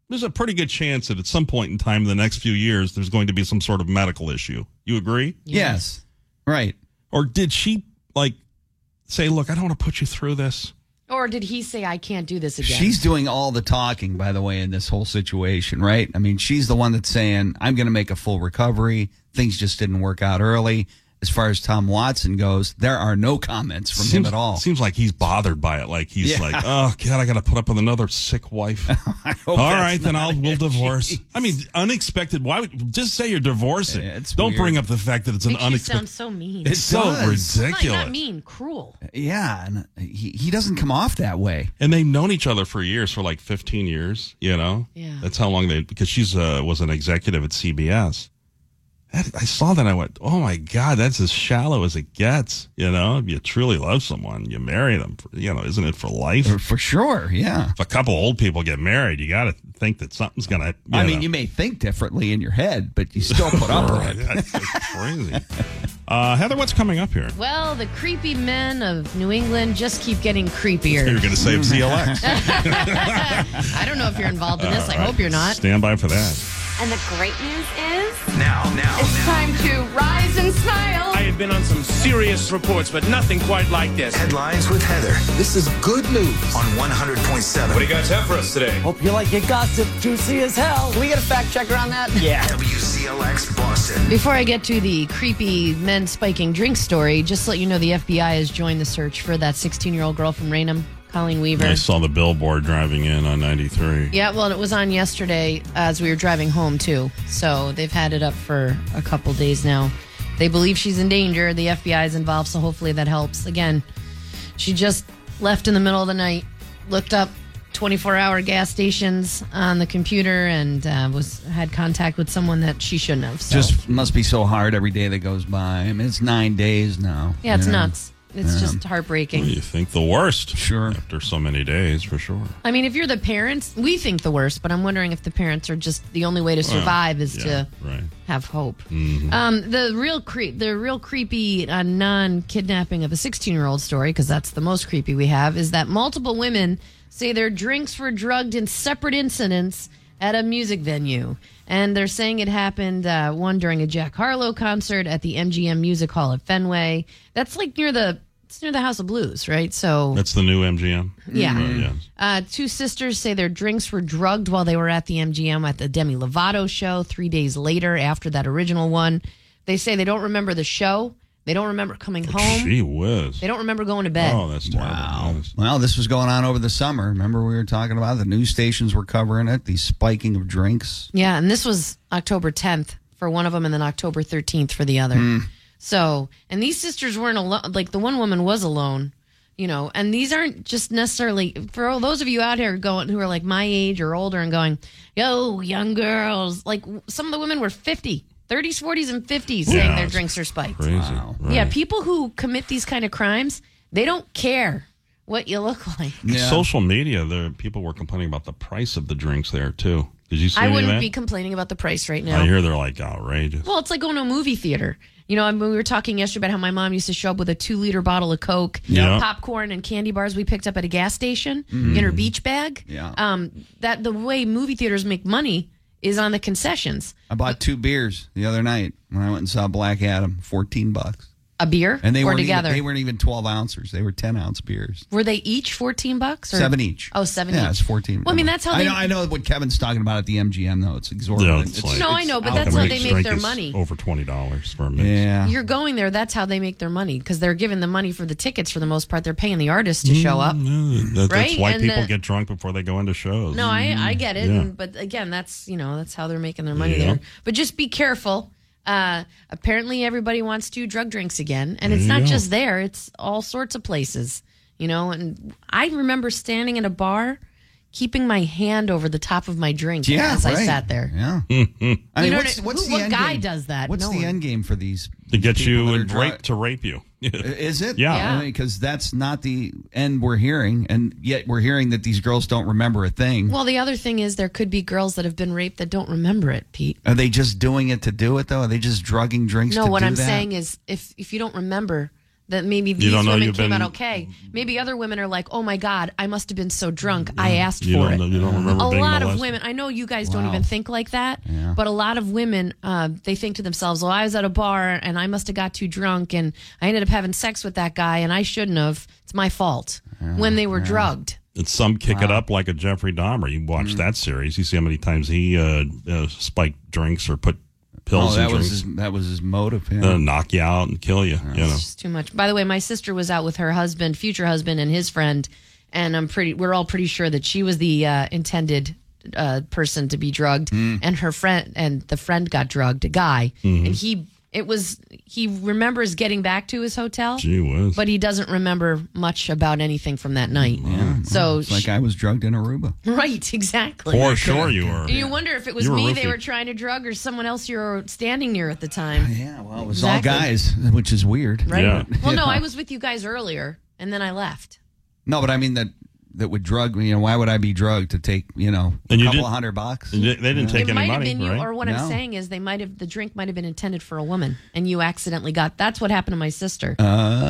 Speaker 12: there's a pretty good chance that at some point in time in the next few years, there's going to be some sort of medical issue. You agree?
Speaker 14: Yes. Right.
Speaker 12: Or did she like say, look, I don't want to put you through this?
Speaker 15: Or did he say, I can't do this again?
Speaker 14: She's doing all the talking, by the way, in this whole situation, right? I mean, she's the one that's saying, I'm going to make a full recovery. Things just didn't work out early. As far as Tom Watson goes, there are no comments from him
Speaker 12: Seems-
Speaker 14: at all.
Speaker 12: Seems like he's bothered by it. Like he's
Speaker 14: Yeah. Oh,
Speaker 12: like, oh God, I got to put up with another sick wife. all
Speaker 14: that's
Speaker 12: right, then
Speaker 14: not
Speaker 12: I'll we'll divorce. I mean, unexpected. Why would just say you're divorcing? don't
Speaker 14: weird.
Speaker 12: bring up the fact that it's an
Speaker 15: Makes you sound
Speaker 12: unexpected.
Speaker 15: so mean.
Speaker 12: It's so
Speaker 15: Does.
Speaker 12: ridiculous.
Speaker 15: Not, not mean, cruel.
Speaker 14: Yeah, and he, he doesn't come off that way.
Speaker 12: And they've known each other for years, for like 15 years, you know?
Speaker 15: Yeah.
Speaker 12: That's how long they, because she's uh, was an executive at CBS. That, I saw that and I went, oh my God, that's as shallow as it gets. You know, if you truly love someone, you marry them, for, you know, isn't it for life? For,
Speaker 14: sure, yeah.
Speaker 12: If a couple old people get married, you got to think that something's going to,
Speaker 14: I mean, you may think differently in your head, but you still put up with it.
Speaker 12: That's just crazy. Uh, Heather, what's coming up here?
Speaker 15: Well, the creepy men of New England just keep getting
Speaker 12: You're
Speaker 15: creepier.
Speaker 12: going to save ZLX.
Speaker 15: I don't know if you're involved in this.
Speaker 12: All
Speaker 15: I
Speaker 12: right.
Speaker 15: hope you're not.
Speaker 12: Stand by for that.
Speaker 19: And the great news is
Speaker 20: Now, now.
Speaker 19: it's time to rise and smile.
Speaker 2: I have been on some serious reports, but nothing quite like this.
Speaker 20: Headlines with Heather.
Speaker 2: This is good news.
Speaker 20: On 100.7.
Speaker 2: What do you guys have for us today?
Speaker 20: Hope you like your gossip.
Speaker 16: Juicy as hell. Can we get a fact checker on that?
Speaker 20: Yeah. WCLX Boston.
Speaker 15: Before I get to the creepy men spiking drink story, just to let you know the FBI has joined the search for that 16 year old girl from Raynham, Colleen Weaver.
Speaker 12: I saw the billboard driving in on 93.
Speaker 15: Yeah, well, it was on yesterday as we were driving home, too. So they've had it up for a couple days now. They believe she's in danger. The FBI is involved, so hopefully that helps. Again, she just left in the middle of the night, looked up 24 hour gas stations on the computer, and uh, was had contact with someone that she shouldn't have. So.
Speaker 14: Just must be so hard every day that goes by. I mean, it's nine days now.
Speaker 15: yeah, it's
Speaker 14: you know?
Speaker 15: nuts. It's
Speaker 14: Yeah.
Speaker 15: just heartbreaking.
Speaker 12: You think the worst. Sure. After so many days, for sure.
Speaker 15: I mean, if you're the parents, we think the worst, but I'm wondering if the parents are just the only way to
Speaker 12: Well,
Speaker 15: survive is
Speaker 12: yeah,
Speaker 15: to
Speaker 12: right.
Speaker 15: have hope. Um, the real creep, the real creepy uh, non-kidnapping of a 16-year-old story, because that's the most creepy we have, is that multiple women say their drinks were drugged in separate incidents at a music venue, and they're saying it happened uh, one during a Jack Harlow concert at the MGM Music Hall at Fenway. That's like near the it's near the House of Blues, right? So
Speaker 12: That's the new MGM.
Speaker 15: Oh. Yeah.
Speaker 12: Uh, yeah.
Speaker 15: uh, two sisters say their drinks were drugged while they were at the MGM at the Demi Lovato show three days later after that original one. They say they don't remember the show. They don't remember coming home.
Speaker 12: Gee whiz.
Speaker 15: They don't remember going to bed.
Speaker 12: Oh, that's terrible. Wow.
Speaker 14: Well, this was going on over the summer. Remember, we were talking about the news stations were covering it, the spiking of drinks.
Speaker 15: Yeah, and this was October 10th for one of them and then October 13th for the other.
Speaker 14: Hmm.
Speaker 15: So, and these sisters weren't alone. Like the one woman was alone, you know, and these aren't just necessarily for all those of you out here going who are like my age or older and going, yo, young girls. Like w- some of the women were 50, 30s, 40s, and 50s saying
Speaker 12: Yeah,
Speaker 15: their
Speaker 12: it's
Speaker 15: drinks are spiked.
Speaker 12: Crazy.
Speaker 15: Yeah, people who commit these kind of crimes, they don't care what you look like.
Speaker 12: Social media, there people were complaining about the price of the drinks there too. Did you see
Speaker 15: I
Speaker 12: any of
Speaker 15: wouldn't
Speaker 12: that?
Speaker 15: be complaining about the price right now.
Speaker 12: I hear they're like outrageous.
Speaker 15: Well, it's like going to a movie theater. You know, I mean, we were talking yesterday about how my mom used to show up with a two liter bottle of Coke,
Speaker 12: Yeah.
Speaker 15: popcorn, and candy bars we picked up at a gas station
Speaker 12: Mm.
Speaker 15: in her beach bag.
Speaker 14: Mm-hmm. Yeah.
Speaker 15: Um, that the way movie theaters make money is on the concessions.
Speaker 14: I bought two beers the other night when I went and saw Black Adam, 14 bucks.
Speaker 15: A beer
Speaker 14: And they,
Speaker 15: or
Speaker 14: weren't even,
Speaker 15: together.
Speaker 14: they weren't even 12 ouncers, they were 10 ounce beers.
Speaker 15: were they each fourteen bucks? Or?
Speaker 14: Seven each.
Speaker 15: Oh, seven
Speaker 14: Yeah,
Speaker 15: each.
Speaker 14: it's 14.
Speaker 15: Well, I mean, that's how
Speaker 14: I
Speaker 15: they-
Speaker 14: know, I know what Kevin's talking about at the MGM, though. It's exorbitant.
Speaker 12: Yeah, it's like-
Speaker 15: No, I know, but that's how
Speaker 12: Every
Speaker 15: they make
Speaker 12: drink
Speaker 15: their
Speaker 12: is
Speaker 15: money.
Speaker 12: Over twenty dollars for a mix. Yeah.
Speaker 15: You're going there. That's how they make their money because they're giving the money for the tickets for the most part. They're paying the artists to show
Speaker 14: Mm.
Speaker 15: up.
Speaker 12: Mm, that's
Speaker 15: Right?
Speaker 12: why
Speaker 15: And
Speaker 12: people
Speaker 15: the-
Speaker 12: get drunk before they go into shows.
Speaker 15: No, I, I get it.
Speaker 12: Yeah.
Speaker 15: And, but again, that's you know that's how they're making their money
Speaker 12: Yeah.
Speaker 15: there. But just be careful. Uh, apparently, everybody wants to do drug drinks again, and it's
Speaker 21: There
Speaker 15: not
Speaker 21: you go.
Speaker 15: just there; it's all sorts of places, you know. And I remember standing at a bar, keeping my hand over the top of my drink
Speaker 14: Yeah,
Speaker 15: as I
Speaker 14: right.
Speaker 15: sat there.
Speaker 14: Yeah. I
Speaker 15: You
Speaker 14: mean,
Speaker 15: know
Speaker 14: what's,
Speaker 15: what-
Speaker 14: what's
Speaker 15: who-
Speaker 14: the
Speaker 15: what
Speaker 14: end
Speaker 15: guy
Speaker 14: game?
Speaker 15: does that?
Speaker 14: What's
Speaker 15: No
Speaker 14: the
Speaker 15: one.
Speaker 14: end game for these?
Speaker 12: to get
Speaker 14: people
Speaker 12: you
Speaker 14: that are Eh,
Speaker 12: and
Speaker 14: dri-
Speaker 12: rape to rape you.
Speaker 14: Is it?
Speaker 12: Yeah.
Speaker 14: I mean, because that's not the end we're hearing, and yet we're hearing that these girls don't remember a thing.
Speaker 15: Well, the other thing is there could be girls that have been raped that don't remember it, Pete.
Speaker 14: Are they just doing it to do it though? Are they just drugging drinks?
Speaker 15: No,
Speaker 14: to
Speaker 15: what
Speaker 14: do
Speaker 15: I'm
Speaker 14: that?
Speaker 15: saying is if if you don't remember that maybe these
Speaker 14: don't know
Speaker 15: women
Speaker 14: you've
Speaker 15: came
Speaker 14: been-
Speaker 15: out okay. Maybe other women are like, "Oh my god, I must have been so drunk. I asked
Speaker 12: You
Speaker 15: for
Speaker 12: don't
Speaker 15: it."
Speaker 12: know- you don't remember
Speaker 15: a
Speaker 12: being
Speaker 15: lot of
Speaker 12: molested.
Speaker 15: women. I know you guys don't
Speaker 12: Wow.
Speaker 15: even think like that,
Speaker 12: Yeah.
Speaker 15: but a lot of women uh, they think to themselves, "Well, I was at a bar and I must have got too drunk and I ended up having sex with that guy and I shouldn't have. It's my fault." when they were drugged.
Speaker 12: And some kick it up like a Jeffrey Dahmer. You
Speaker 14: Mm-hmm.
Speaker 12: watch that series, you see how many times he uh, uh, spiked drinks or put
Speaker 14: Oh,
Speaker 12: pills
Speaker 14: that
Speaker 12: in
Speaker 14: was
Speaker 12: drinks,
Speaker 14: his, that was his motive. Yeah.
Speaker 12: uh, knock you out and kill you. You know,
Speaker 15: It's too much. By the way, my sister was out with her husband, future husband, and his friend, and I'm pretty. We're all pretty sure that she was the uh, intended uh, person to be drugged,
Speaker 14: Hmm.
Speaker 15: and her friend and the friend got drugged, a guy,
Speaker 14: Mm-hmm.
Speaker 12: Mhm.
Speaker 15: and he. It was he remembers getting back to his hotel,
Speaker 12: Gee whiz.
Speaker 15: but he doesn't remember much about anything from that night.
Speaker 14: Yeah.
Speaker 15: So
Speaker 14: Oh, it's like I was drugged in Aruba.
Speaker 15: Right, exactly.
Speaker 14: For sure you were.
Speaker 15: And you wonder if it was
Speaker 14: You were
Speaker 15: me they
Speaker 14: roofied.
Speaker 15: were trying to drug or someone else you were standing near at the time.
Speaker 14: Yeah, well, It was
Speaker 15: exactly.
Speaker 14: all guys, which is weird.
Speaker 15: Right. Well, no, I was with you guys earlier, and then I left.
Speaker 14: No, but I mean that that would drug. You know, why would I be drugged to take you know a
Speaker 12: And you
Speaker 14: couple
Speaker 12: did-
Speaker 14: hundred bucks?
Speaker 12: and they- they didn't take
Speaker 15: it might have been you, or what I'm saying is they might have the drink might have been intended for a woman, and you accidentally got. That's what happened to my sister.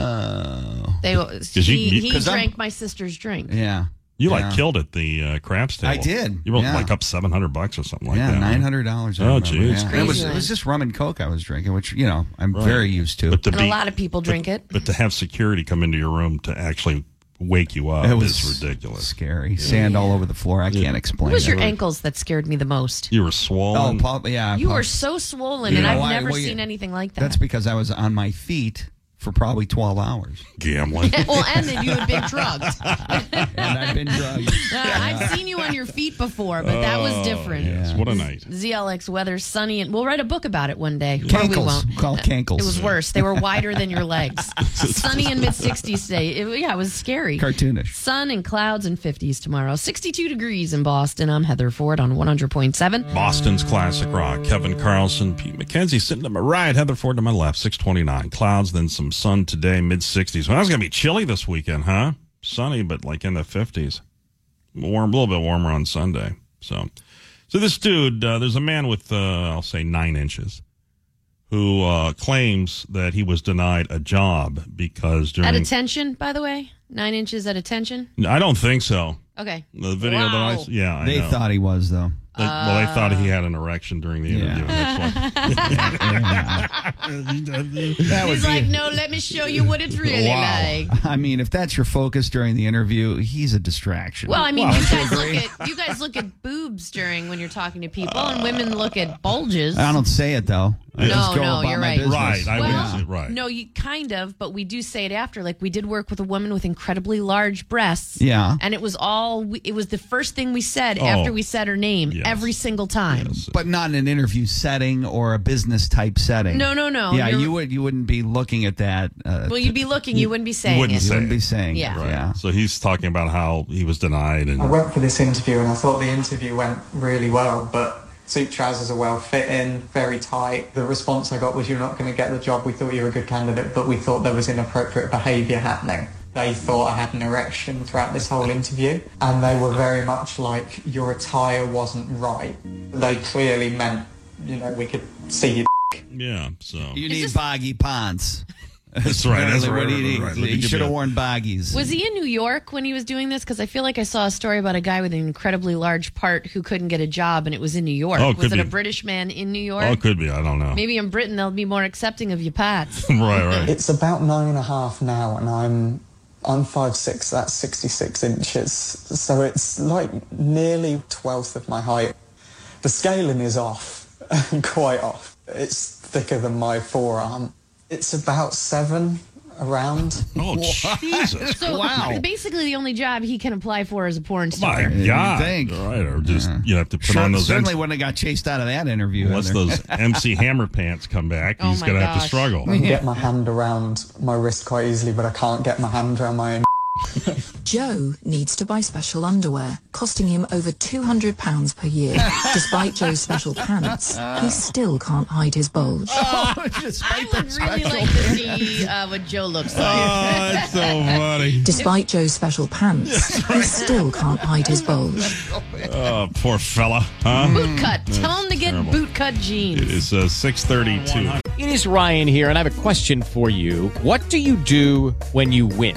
Speaker 14: Oh,
Speaker 15: They he, he drank my sister's drink.
Speaker 14: Yeah.
Speaker 12: You
Speaker 14: Yeah.
Speaker 12: like killed at the uh, craps table.
Speaker 14: I did,
Speaker 12: You were
Speaker 14: yeah.
Speaker 12: like up seven hundred bucks or something like
Speaker 14: yeah,
Speaker 12: that. right?
Speaker 14: nine hundred dollars.
Speaker 12: Oh, geez,
Speaker 14: it was it was just rum and coke I was drinking, which you know I'm
Speaker 12: Right.
Speaker 14: very used to.
Speaker 12: But to
Speaker 15: And a lot of people drink it.
Speaker 12: But to have security come into your room to actually wake you up
Speaker 14: It was
Speaker 12: is ridiculous.
Speaker 14: Scary. Sand all over the floor. I can't explain.
Speaker 15: It was
Speaker 14: it.
Speaker 15: your ankles that scared me the most.
Speaker 12: You were swollen.
Speaker 14: Oh, pop, yeah.
Speaker 15: You
Speaker 14: pop-
Speaker 15: were so swollen,
Speaker 14: You
Speaker 15: and
Speaker 14: know
Speaker 15: I've
Speaker 14: why?
Speaker 15: never
Speaker 14: Well, you-
Speaker 15: seen anything like that.
Speaker 14: That's because I was on my feet for probably twelve hours.
Speaker 12: Gambling.
Speaker 15: well, and then you had been drugged.
Speaker 14: and I've been drugged.
Speaker 15: Uh, I've seen you on your feet before, but that was
Speaker 12: Oh,
Speaker 15: different.
Speaker 12: yes. What a night.
Speaker 15: ZLX weather, sunny, and we'll write a book about it one day. Or we
Speaker 14: Cankles.
Speaker 15: won't.
Speaker 14: Call cankles.
Speaker 15: It was worse. They were wider than your legs. Sunny and mid 60s today. It- yeah, it was scary.
Speaker 14: Cartoonish.
Speaker 15: Sun and clouds and 50s tomorrow. 62 degrees in Boston. I'm Heather Ford on 100.7.
Speaker 12: Boston's classic rock. Kevin Carlson, Pete McKenzie sitting to my right, Heather Ford to my left. Six twenty nine clouds, then some sun today, mid sixties. Well, that's gonna be chilly this weekend, huh? Sunny, but like in the fifties. Warm, a little bit warmer on Sunday. So, so this dude, uh, there's a man with, uh, I'll say nine inches, who uh, claims that he was denied a job because during.
Speaker 15: At attention, by the way. Nine inches at attention.
Speaker 12: I don't think so.
Speaker 15: Okay.
Speaker 12: The video that I s- yeah, I
Speaker 14: they
Speaker 12: know.
Speaker 14: thought he was though.
Speaker 12: They- well, they thought
Speaker 14: Uh,
Speaker 12: he had an erection during the interview.
Speaker 14: That would
Speaker 15: He's
Speaker 14: be-
Speaker 15: like, no, let me show you what it's really like.
Speaker 14: I mean, if that's your focus during the interview, he's a distraction.
Speaker 15: Well, I mean, you guys look at you guys look at boobs during when you're talking to people, and women look at bulges.
Speaker 14: I don't say it though. I
Speaker 15: No,
Speaker 14: just go
Speaker 15: no,
Speaker 14: about
Speaker 15: you're
Speaker 14: my
Speaker 15: right.
Speaker 14: business.
Speaker 12: Right, I wouldn't
Speaker 14: Yeah.
Speaker 12: say- right.
Speaker 15: No, you kind of, but we do say it after. Like we did work with a woman with incredibly large breasts.
Speaker 14: Yeah.
Speaker 15: and it was all. We, it was the first thing we said
Speaker 14: Oh.
Speaker 15: after we said her name
Speaker 14: Yes.
Speaker 15: every single time.
Speaker 14: But not in an interview setting or a business type setting.
Speaker 15: No, no, no.
Speaker 14: Yeah,
Speaker 15: You're-
Speaker 14: you would you wouldn't be looking at that. Uh,
Speaker 15: Well, you'd be looking. You wouldn't be saying it.
Speaker 14: You wouldn't be saying. it,
Speaker 15: Yeah.
Speaker 14: Right.
Speaker 12: So he's talking about how he was denied and
Speaker 22: I went for this interview and I thought the interview went really well, but suit trousers are well fitting, very tight. The response I got was, You're not going to get the job. We thought you were a good candidate, but we thought there was inappropriate behaviour happening. They thought I had an erection throughout this whole interview, and they were very much like, Your attire wasn't right. They clearly meant, you know, we could see your
Speaker 12: yeah. So
Speaker 14: You need boggy pants.
Speaker 12: That's right, that's
Speaker 14: Apparently
Speaker 12: right,
Speaker 14: what he
Speaker 12: right,
Speaker 14: needs.
Speaker 12: right. Look at
Speaker 14: He
Speaker 12: you,
Speaker 14: should have
Speaker 12: man.
Speaker 14: worn boggies.
Speaker 15: Was he in New York when he was doing this? Because I feel like I saw a story about a guy with an incredibly large part who couldn't get a job, and it was in New York.
Speaker 12: Oh,
Speaker 15: was
Speaker 12: could
Speaker 15: it a
Speaker 12: be.
Speaker 15: British man in New York?
Speaker 12: oh, it could be. I don't know.
Speaker 15: Maybe in Britain they'll be more accepting of your pats.
Speaker 12: right, right.
Speaker 22: It's about nine and a half now, and I'm I'm five six. That's sixty six inches, so it's like nearly twelfth of my height. The scaling is off, quite off. It's thicker than my forearm. It's about seven
Speaker 21: around.
Speaker 12: Oh, Jesus.
Speaker 15: So basically, the only job he can apply for is a porn star.
Speaker 12: Oh, My God. All right, or just you have to put
Speaker 14: Sure-
Speaker 12: on those
Speaker 14: certainly
Speaker 12: MC
Speaker 14: wouldn't have got chased out of that interview.
Speaker 12: unless
Speaker 14: Heather.
Speaker 12: those MC Hammer pants come back,
Speaker 14: Oh
Speaker 12: he's
Speaker 14: my
Speaker 12: gonna have to
Speaker 14: gosh.
Speaker 12: struggle.
Speaker 21: I can get
Speaker 22: my hand around my wrist quite easily, but I can't get my hand around my own.
Speaker 23: Joe needs to buy special underwear, costing him over £200 per year. Despite Joe's special pants, he still can't hide his bulge.
Speaker 15: I would really like to see uh, what Joe looks like.
Speaker 12: Oh, that's so funny.
Speaker 23: Despite Joe's special pants, he still can't hide his bulge.
Speaker 12: Oh, poor fella. Huh? Hmm.
Speaker 15: Boot cut.
Speaker 12: That's
Speaker 15: Tell him to get
Speaker 12: terrible.
Speaker 15: boot cut jeans. Oh,
Speaker 12: It is uh, 632.
Speaker 24: It is Ryan here, and I have a question for you. What do you do when you win?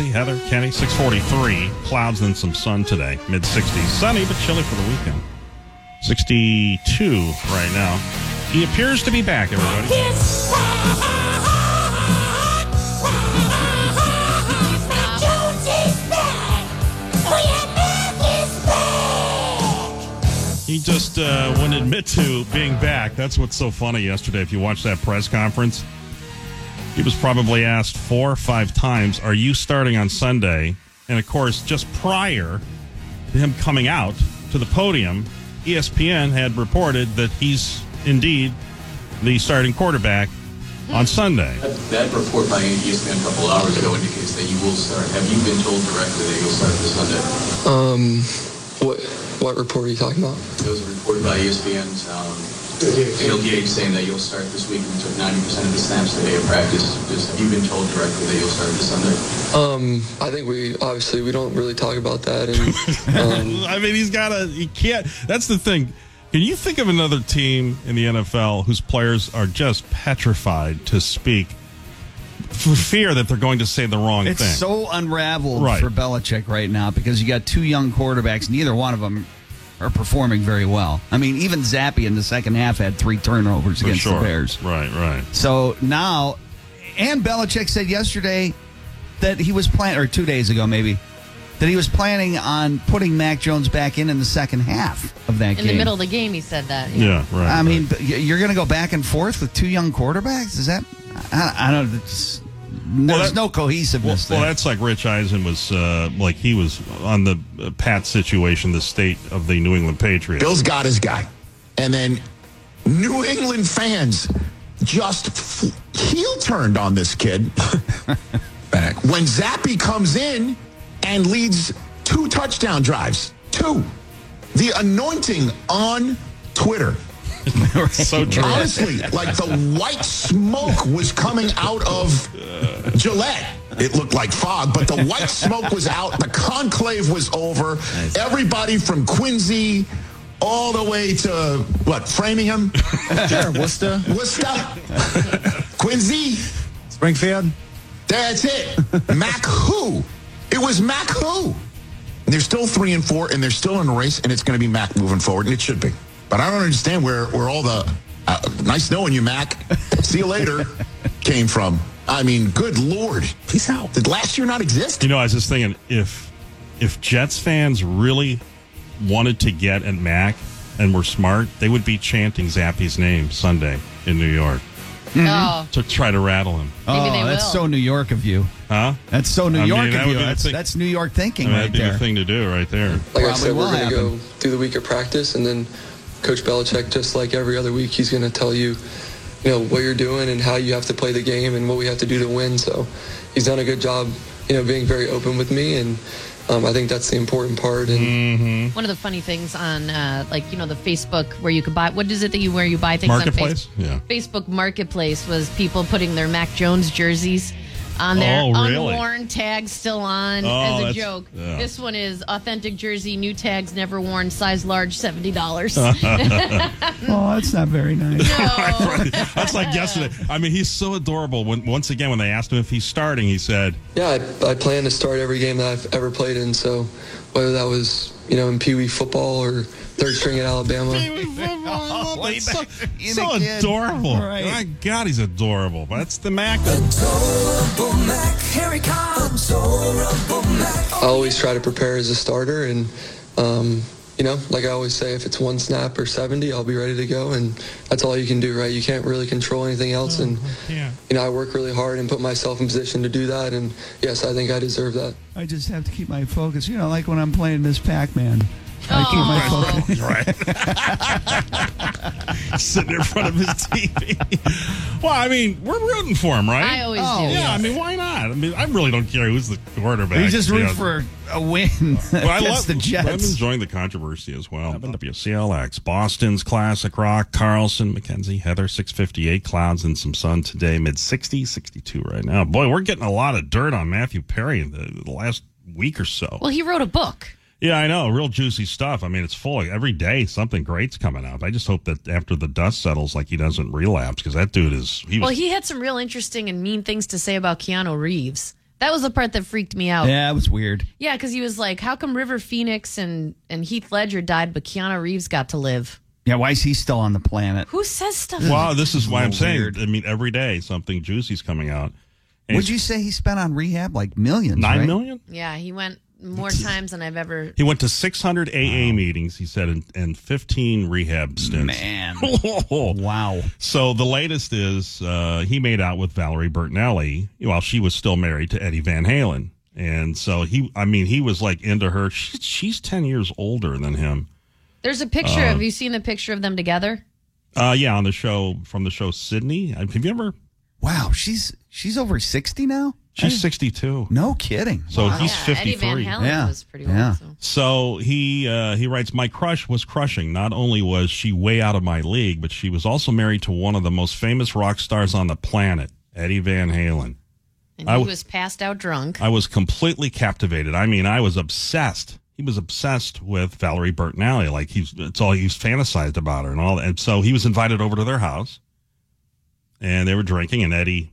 Speaker 12: Heather, Kenny, 643. Clouds and some sun today. Mid 60s. Sunny, but chilly for the weekend. 62 right now. He appears to be back, everybody. He just uh, wouldn't admit to being back. That's what's so funny yesterday. If you watch that press conference, he was probably asked four or five times, Are you starting on Sunday? And of course, just prior to him coming out to the podium, E ESPN had reported that he's indeed the starting quarterback on Sunday.
Speaker 25: That report by ESPN a couple hours ago indicates that you will start. Have you been told directly that you'll start this Sunday?
Speaker 23: Um, what, what report are you talking about?
Speaker 25: There was a report by ESPN's um, Phil Gage saying that you'll start this week and took 90% of the snaps today of practice. Just, have you been told directly that you'll start this Sunday?
Speaker 23: Um, I think we obviously we don't really talk about that. And um,
Speaker 12: I mean, he's got a. He can't. That's the thing. Can you think of another team in the NFL whose players are just petrified to speak for fear that they're going to say the wrong
Speaker 14: It's
Speaker 12: thing?
Speaker 14: so unraveled
Speaker 12: Right.
Speaker 14: for Belichick right now because you got two young quarterbacks. Neither one of them are performing very well. I mean, even Zappi in the second half had three turnovers
Speaker 12: For
Speaker 14: against
Speaker 12: sure.
Speaker 14: the Bears.
Speaker 12: Right, right.
Speaker 14: So now, and Belichick said yesterday that he was planning, or two days ago maybe, that he was planning on putting Mac Jones back in in the second half of that
Speaker 15: In
Speaker 14: game.
Speaker 15: the middle of the game, he said that.
Speaker 14: I mean, but y- you're going to go back and forth with two young quarterbacks? Is that? I, I don't. It's, there's no cohesiveness
Speaker 12: Well,
Speaker 14: there.
Speaker 12: that's like Rich Eisen was uh, like he was on the uh, Pat situation, the state of the New England Patriots.
Speaker 26: Bill's got his guy. And then New England fans just f- heel turned on this kid. Back. When Zappy comes in and leads two touchdown drives, two. The anointing on Twitter.
Speaker 12: so true.
Speaker 26: Honestly, like the white smoke was coming out of Gillette. It looked like fog, but the white smoke was out. The conclave was over. Everybody from Quincy all the way to what? Framingham?
Speaker 22: Sure, Worcester.
Speaker 26: Worcester. Quincy. Springfield. That's it. Mac who? It was Mac who? And They're still three and four, and they're still in the race, and it's going to be Mac moving forward, and it should be. But I don't understand where where all the uh, nice knowing you, Mac. See you later. came from. I mean, good lord, he's out. Did last year not exist?
Speaker 12: You know, I was just thinking if if Jets fans really wanted to get at Mac and were smart, they would be chanting Zappy's name Sunday in New York
Speaker 14: Oh.
Speaker 12: to try to rattle him.
Speaker 14: oh, that's so New York of you.
Speaker 12: Huh?
Speaker 14: That's so New
Speaker 12: I mean,
Speaker 14: York
Speaker 12: that
Speaker 14: of you.
Speaker 12: would be the
Speaker 14: That's,
Speaker 12: thing.
Speaker 14: that's New York thinking
Speaker 12: I mean,
Speaker 14: right
Speaker 12: that'd be
Speaker 14: there.
Speaker 12: the thing to do right there.
Speaker 23: like I
Speaker 14: Probably
Speaker 23: said, we're
Speaker 14: will
Speaker 23: going to go through the week of practice, and then Coach Belichick, just like every other week, he's going to tell you, you know, what you're doing and how you have to play the game and what we have to do to win. So he's done a good job, you know, being very open with me, and um, I think that's the important part. And
Speaker 15: One of the funny things on, uh, like, you know, the Facebook where you could buy, what is it that you where you buy things
Speaker 12: Marketplace?
Speaker 15: on Facebook?
Speaker 12: Yeah.
Speaker 15: Facebook Marketplace was people putting their Mac Jones jerseys on there.
Speaker 12: Oh, really?
Speaker 15: Unworn tags still on
Speaker 12: Oh,
Speaker 15: as
Speaker 12: that's-
Speaker 15: a joke.
Speaker 12: yeah.
Speaker 15: This one is authentic jersey, new tags, never worn, size large, seventy dollars.
Speaker 14: oh, that's not very nice.
Speaker 12: That's like yesterday. I mean, he's so adorable. When once again, when they asked him if he's starting, he said,
Speaker 23: Yeah, I, I plan to start every game that I've ever played in. So whether that was you know in Pee Wee football or third string at Alabama,
Speaker 14: Oh,
Speaker 12: Way back
Speaker 14: in
Speaker 12: "Oh, "So
Speaker 14: again.
Speaker 12: adorable!
Speaker 14: Right.
Speaker 12: My God, he's adorable." That's the Mac.
Speaker 21: Here he comes.
Speaker 23: I always try to prepare as a starter, and um, you know, like I always say, if it's one snap or seventy, I'll be ready to go, and that's all you can do, right? You can't really control anything else,
Speaker 14: Mm.
Speaker 23: and
Speaker 14: Yeah.
Speaker 23: you know, I work really hard and put myself in position to do that, and yes, I think I deserve that.
Speaker 14: I just have to keep my focus. You know, like when I'm playing Miss Pac-Man. I keep my focus.
Speaker 12: sitting in front of his TV. well, I mean, we're rooting for him, right?
Speaker 14: I always Oh, do,
Speaker 12: Yeah,
Speaker 14: yes.
Speaker 12: I mean, why not? I mean, I really don't care who's the quarterback.
Speaker 14: We just
Speaker 12: you
Speaker 14: root
Speaker 12: know.
Speaker 14: for a win
Speaker 12: Well, I
Speaker 14: against
Speaker 12: love
Speaker 14: the Jets.
Speaker 12: I'm enjoying the controversy as well. WCLX, Boston's classic rock, Carlson, McKenzie, Heather, 658, clouds and some sun today, mid 60s, 62 right now. Boy, we're getting a lot of dirt on Matthew Perry in the, the last week or so.
Speaker 15: well, he wrote a book.
Speaker 12: Yeah, I know. Real juicy stuff. I mean, it's full. Every day, something great's coming out. I just hope that after the dust settles, like he doesn't relapse because that dude is. He was,
Speaker 14: Hmm.
Speaker 15: well, he had some real interesting and mean things to say about Keanu Reeves. That was the part that freaked me out.
Speaker 14: Yeah, it was weird.
Speaker 15: Yeah, because he was like, "How come River Phoenix and and Heath Ledger died, but Keanu Reeves got to live?"
Speaker 14: Yeah, why is he still on the planet?
Speaker 15: Who says stuff?
Speaker 12: wow, this is why I'm
Speaker 14: Weird.
Speaker 12: saying. I mean, every day something juicy's coming out.
Speaker 14: Would you say he spent on rehab like millions?
Speaker 12: Nine
Speaker 14: right?
Speaker 12: million?
Speaker 15: Yeah, he went more times than I've ever.
Speaker 12: He went to 600 AA meetings. He said and, and 15 rehab stints.
Speaker 14: Man,
Speaker 12: wow. So the latest is uh, he made out with Valerie Bertinelli while she was still married to Eddie Van Halen, and so he, I mean, he was like into her. She, she's 10 years older than him.
Speaker 15: There's a picture.
Speaker 12: Uh,
Speaker 15: Have you seen the picture of them together?
Speaker 12: Uh, yeah, on the show from the show Sydney. Uh, Have you ever?
Speaker 14: Wow, she's she's over sixty now.
Speaker 12: She's 62.
Speaker 14: No kidding.
Speaker 12: So
Speaker 14: Wow.
Speaker 12: he's
Speaker 14: Yeah, Eddie
Speaker 12: 53.
Speaker 14: Van Halen Yeah. was pretty old, Yeah. so.
Speaker 12: So he uh, he writes, "My crush was crushing. Not only was she way out of my league, but she was also married to one of the most famous rock stars on the planet, Eddie Van Halen.
Speaker 15: And
Speaker 12: I
Speaker 15: he
Speaker 12: w-
Speaker 15: was passed out drunk.
Speaker 12: I was completely captivated. I mean, I was obsessed. He was obsessed with Valerie Bertinelli. Like he's it's all he's fantasized about her and all. that. And so he was invited over to their house, and they were drinking. And Eddie,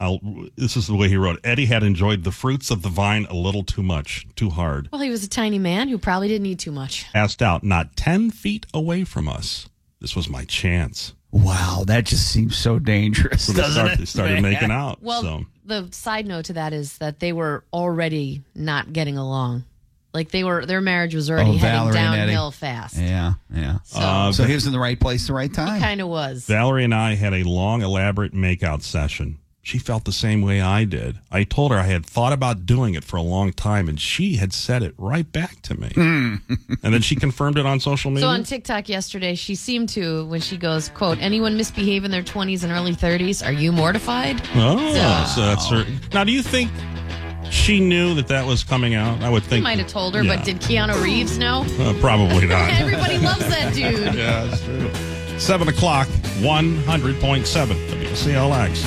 Speaker 12: I'll, this is the way he wrote. it. Eddie had enjoyed the fruits of the vine a little too much, too hard.
Speaker 15: Well, he was a tiny man who probably didn't eat too much.
Speaker 12: Passed out, not ten feet away from us. This was my chance.
Speaker 14: Wow, that just seems so dangerous.
Speaker 12: So they,
Speaker 14: doesn't
Speaker 12: start,
Speaker 14: it?
Speaker 12: they started
Speaker 14: Man.
Speaker 12: making out.
Speaker 15: Well,
Speaker 12: so.
Speaker 15: the side note to that is that they were already not getting along. Like they were, their marriage was already
Speaker 14: Oh,
Speaker 15: heading
Speaker 14: Valerie and Eddie.
Speaker 15: downhill fast.
Speaker 14: Yeah, yeah.
Speaker 15: So-
Speaker 12: Uh,
Speaker 14: so he was in the right place, the right
Speaker 15: He
Speaker 14: time.
Speaker 15: kind of was.
Speaker 12: Valerie and I had a long, elaborate makeout session. She felt the same way I did. I told her I had thought about doing it for a long time, and she had said it right back to me.
Speaker 14: Hmm.
Speaker 12: and then she confirmed it on social media.
Speaker 15: So on TikTok yesterday, she seemed to when she goes, "quote Anyone misbehave in their 20s and early 30s? Are you mortified?"
Speaker 12: oh, so that's her. Now, do you think she knew that that was coming out? I would
Speaker 15: He
Speaker 12: think.
Speaker 15: might have told her,
Speaker 12: Yeah.
Speaker 15: but did Keanu Reeves know?
Speaker 12: Uh, probably not.
Speaker 15: Everybody loves that dude.
Speaker 12: yeah, that's true. 7 o'clock, 100.7 WCLX.